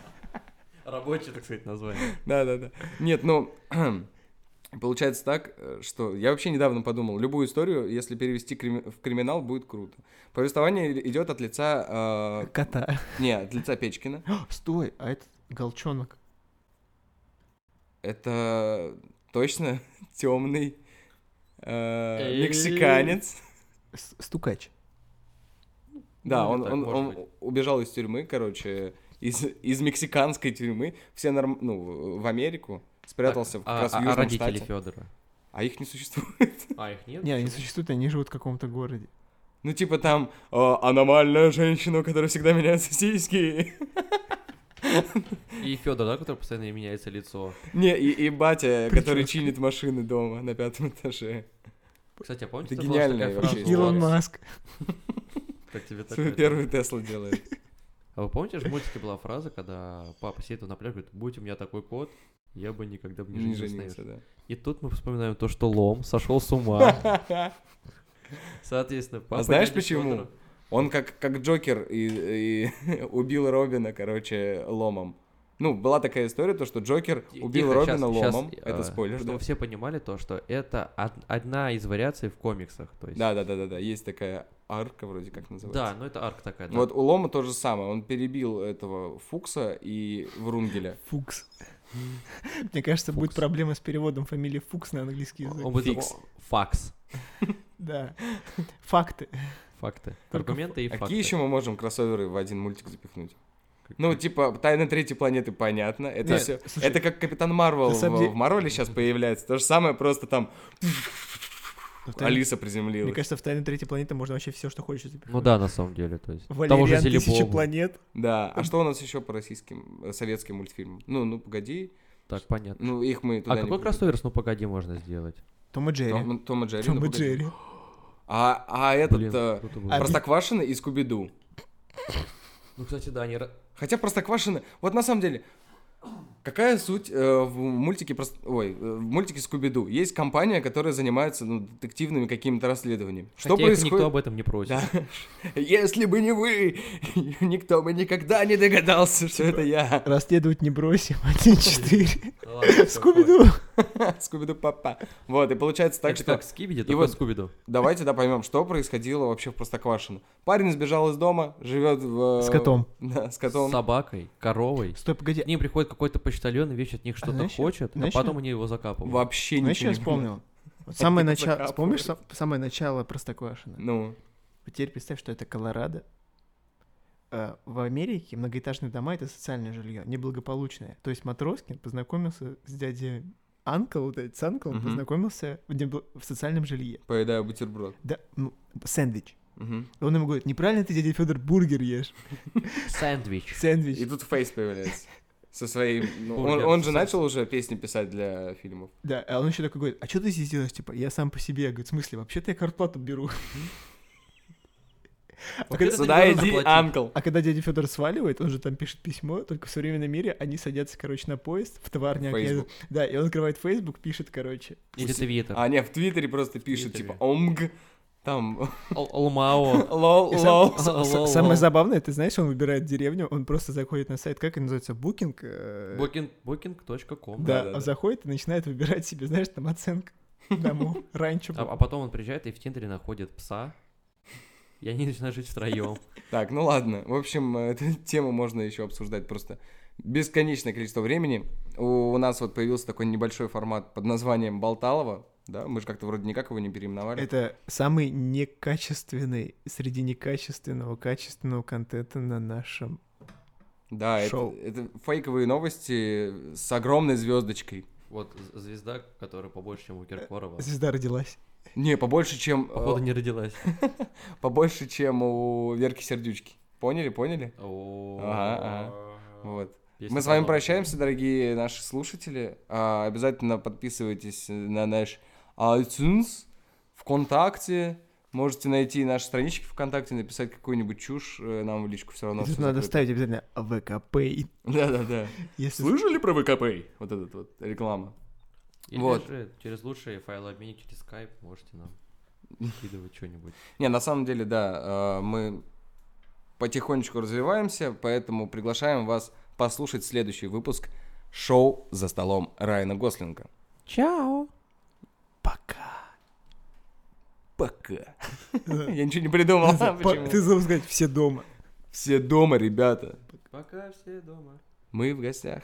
Speaker 4: Рабочее, так сказать, название.
Speaker 3: Да-да-да. Нет, ну... Получается так, э, что я вообще недавно подумал, любую историю, если перевести крим- в криминал, будет круто. Повествование идет от лица... э,
Speaker 2: Кота.
Speaker 3: не, от лица Печкина.
Speaker 2: О, Стой, а это Голчонок.
Speaker 3: Это точно темный мексиканец.
Speaker 2: С- Стукач.
Speaker 3: Да,
Speaker 4: Ну,
Speaker 3: он,
Speaker 4: так,
Speaker 3: он,
Speaker 4: может
Speaker 3: он
Speaker 4: быть.
Speaker 3: убежал из тюрьмы, короче, из, из мексиканской тюрьмы, все норм... ну, в Америку, спрятался в, как
Speaker 4: а,
Speaker 3: раз в
Speaker 4: а- а
Speaker 3: Южном
Speaker 4: родители
Speaker 3: штате.
Speaker 4: Федора.
Speaker 3: А их не существует.
Speaker 4: А их нет?
Speaker 2: Не, они существуют, они живут в каком-то городе.
Speaker 3: Ну, типа там э, аномальная женщина, у которой всегда меняются сиськи.
Speaker 4: И Федор, да, который постоянно меняется лицо.
Speaker 3: Не, и, и батя,
Speaker 2: Прическа.
Speaker 3: который чинит машины дома на пятом этаже.
Speaker 4: Кстати, а помните,
Speaker 3: Это
Speaker 4: тут была же
Speaker 3: гениальная
Speaker 4: такая
Speaker 3: вообще
Speaker 4: фраза у
Speaker 2: Илон
Speaker 4: вас?
Speaker 2: Маск.
Speaker 4: Как тебе такое?
Speaker 3: Свою первую Теслу делает.
Speaker 4: А вы помните, в мультике была фраза, когда папа сидит на пляже, говорит, будь у меня такой кот, я бы никогда бы не,
Speaker 3: Не
Speaker 4: женился.
Speaker 3: женился, да.
Speaker 4: И тут мы вспоминаем то, что Лом сошел с ума. Соответственно, папа...
Speaker 3: А знаешь
Speaker 4: дяди
Speaker 3: почему?
Speaker 4: Фёдора-
Speaker 3: Он как, как Джокер и, и убил Робина, короче, ломом. Ну, была такая история, то, что Джокер
Speaker 4: Ти-
Speaker 3: убил
Speaker 4: тихо,
Speaker 3: Робина
Speaker 4: щас- щас,
Speaker 3: ломом.
Speaker 4: э,
Speaker 3: это спойлер,
Speaker 4: Чтобы
Speaker 3: да?
Speaker 4: все понимали то, что это од- одна из вариаций в комиксах. То есть...
Speaker 3: Да, да, да, да, да. Есть такая арка, вроде как
Speaker 4: Да,
Speaker 3: называется.
Speaker 4: ну это арка такая, да.
Speaker 3: Вот у Лома то же самое. Он перебил этого Фукса и Врунгеля.
Speaker 2: Фукс. Мне кажется, будет
Speaker 4: Фукс.
Speaker 2: проблема с переводом фамилии Фукс на английский язык.
Speaker 4: Он будет-
Speaker 3: Фикс.
Speaker 4: о, Факс.
Speaker 2: Да. Факты.
Speaker 4: Факты.
Speaker 2: Только
Speaker 4: Аргументы и
Speaker 3: А
Speaker 4: факты.
Speaker 3: Какие еще мы можем кроссоверы в один мультик запихнуть? Ну, типа, тайны третьей планеты, понятно. Это
Speaker 2: Нет,
Speaker 3: все.
Speaker 2: слушай,
Speaker 3: Это как Капитан Марвел
Speaker 2: на
Speaker 3: в,
Speaker 2: самом деле-
Speaker 3: в Марвеле сейчас появляется. То же самое, просто там
Speaker 2: Ну, в тайне-
Speaker 3: Алиса
Speaker 2: Мне
Speaker 3: приземлилась.
Speaker 2: кажется, в тайной третьей планеты можно вообще все, что хочешь Типа, запихнуть.
Speaker 4: Ну да, на самом деле, то есть. того же
Speaker 2: Валериан, тысячи
Speaker 4: Зелебова.
Speaker 2: планет.
Speaker 3: Да. А что у нас еще по российским, э, советским мультфильмам? Ну, ну погоди.
Speaker 4: Так, понятно.
Speaker 3: Ну, их мы туда
Speaker 4: А
Speaker 3: не
Speaker 4: какой
Speaker 3: будем.
Speaker 4: кроссовер с «Ну погоди» можно сделать?
Speaker 2: Том и Джерри.
Speaker 3: Том, Том и Джерри.
Speaker 2: Том
Speaker 3: ну,
Speaker 2: и
Speaker 3: погоди.
Speaker 2: Джерри.
Speaker 3: А, а этот
Speaker 4: Блин,
Speaker 3: э,
Speaker 4: круто было.
Speaker 2: А Обид-
Speaker 3: Простоквашино и Скуби-Ду.
Speaker 4: Ну, кстати, да, они... ра-
Speaker 3: Хотя Простоквашино... Вот на самом деле, какая суть э, в мультике... Прост- Ой, э, в мультике Скуби-Ду? Есть компания, которая занимается ну, детективными какими-то расследованиями.
Speaker 4: Хотя
Speaker 3: Что
Speaker 4: их никто
Speaker 3: происходит...
Speaker 4: об этом не просит.
Speaker 3: Да. Если бы не вы, никто бы никогда не догадался, что это я.
Speaker 2: Расследовать не бросим. 1-4.
Speaker 4: Ну ладно, всё, хватит.
Speaker 2: Скуби-ду!
Speaker 3: Скуби-ду папа. Вот, и получается так,
Speaker 4: Это
Speaker 3: что...
Speaker 4: как Скибиди, только
Speaker 3: вот-
Speaker 4: Скуби-Ду.
Speaker 3: Давайте, да, поймем, что происходило вообще в Простоквашино. Парень сбежал из дома, живет в...
Speaker 2: С котом.
Speaker 3: Да, с
Speaker 4: С
Speaker 3: котом.
Speaker 4: собакой, коровой.
Speaker 2: Стой,
Speaker 4: К
Speaker 2: погоди.
Speaker 4: ним приходит какой-то почтальон и вещь от них что-то
Speaker 2: знаешь,
Speaker 4: хочет, а
Speaker 2: знаешь,
Speaker 4: потом они его закапывают.
Speaker 3: Вообще
Speaker 2: Знаешь,
Speaker 3: ничего
Speaker 2: что Ну, я
Speaker 3: не помню.
Speaker 2: вспомнил? Вот Самое начало,
Speaker 3: закапывают.
Speaker 2: вспомнишь сам- самое начало Простоквашино?
Speaker 3: Ну,
Speaker 2: Вот Теперь представь, что это Колорадо. Э, В Америке многоэтажные дома — это социальное жилье, неблагополучное. То есть Матроскин познакомился с дядей Анкл, вот этот с Анклом
Speaker 3: Мгм.
Speaker 2: познакомился в, небл- в социальном жилье.
Speaker 3: поедаю бутерброд.
Speaker 2: Да, ну, сэндвич.
Speaker 3: Мгм.
Speaker 2: И Он ему говорит, неправильно ты, дядя Федор, бургер ешь.
Speaker 4: Сэндвич.
Speaker 2: Сэндвич.
Speaker 3: И тут Фейс появляется. Со своим... ну, он,
Speaker 4: Бургер
Speaker 3: он же
Speaker 4: с
Speaker 3: начал уже песни писать для фильмов.
Speaker 2: Да, а он еще такой говорит, а что ты здесь делаешь? Типа, я сам по себе. Я говорю, в смысле, вообще-то я картплату беру. А когда-
Speaker 3: Сюда
Speaker 4: не
Speaker 3: иди,
Speaker 4: должен
Speaker 3: Анкл.
Speaker 2: А когда дядя Федор сваливает, он же там пишет письмо, только в современном мире они садятся, короче, на поезд в товарняк. я-
Speaker 3: Facebook.
Speaker 2: Да, и он открывает Facebook, пишет, короче.
Speaker 4: Или Твиттер.
Speaker 3: А, не, в Твиттере просто пишет,
Speaker 4: Твиттере.
Speaker 3: типа, омг, там,
Speaker 4: Л- Лмао.
Speaker 3: лол,
Speaker 2: И сам-
Speaker 3: лол.
Speaker 2: с- с- Самое забавное, ты знаешь, он выбирает деревню, он просто заходит на сайт, как это называется, букинг.
Speaker 4: Booking- Booking.com.
Speaker 2: Да,
Speaker 3: да,
Speaker 2: он
Speaker 3: да.
Speaker 2: заходит и начинает выбирать себе, знаешь, там оценка дому, раньше.
Speaker 4: А, а потом он приезжает и в Тиндере находит пса. И они начинают жить втроем.
Speaker 3: Так, ну ладно. В общем, э, эту тему можно еще обсуждать просто бесконечное количество времени. У, у нас вот появился такой небольшой формат под названием Болталова. Да, мы же как-то вроде никак его не переименовали.
Speaker 2: Это самый некачественный среди некачественного качественного контента на нашем.
Speaker 3: да, это,
Speaker 2: шоу.
Speaker 3: это фейковые новости с огромной звездочкой.
Speaker 4: Вот з- звезда, которая побольше, чем у Киркорова.
Speaker 2: Звезда родилась.
Speaker 3: Не, побольше, чем... э,
Speaker 4: Походу не родилась.
Speaker 3: Побольше, чем у Верки Сердючки. Поняли, поняли? Ага,
Speaker 4: Мы
Speaker 3: Вот. Мы с вами прощаемся, дорогие наши слушатели. А, обязательно подписывайтесь на наш iTunes, ВКонтакте. Можете найти наши странички ВКонтакте, написать какую-нибудь чушь э, нам в личку все равно.
Speaker 2: Тут надо ставить обязательно ВКП.
Speaker 3: Да-да-да.
Speaker 2: Если
Speaker 3: Слышали про ВКП? Вот этот вот реклама.
Speaker 4: Или
Speaker 3: Вот.
Speaker 4: же через лучшие файлообменник, через скайп можете нам скидывать что-нибудь.
Speaker 3: Не, на самом деле, да, э, мы потихонечку развиваемся, поэтому приглашаем вас послушать следующий выпуск шоу «За столом Райана Гослинга».
Speaker 4: Чао!
Speaker 2: пока.
Speaker 3: Пока. Я ничего не придумал. почему.
Speaker 2: Ты забыл сказать, все дома.
Speaker 3: Все дома, ребята.
Speaker 4: Пока все дома.
Speaker 3: Мы в гостях.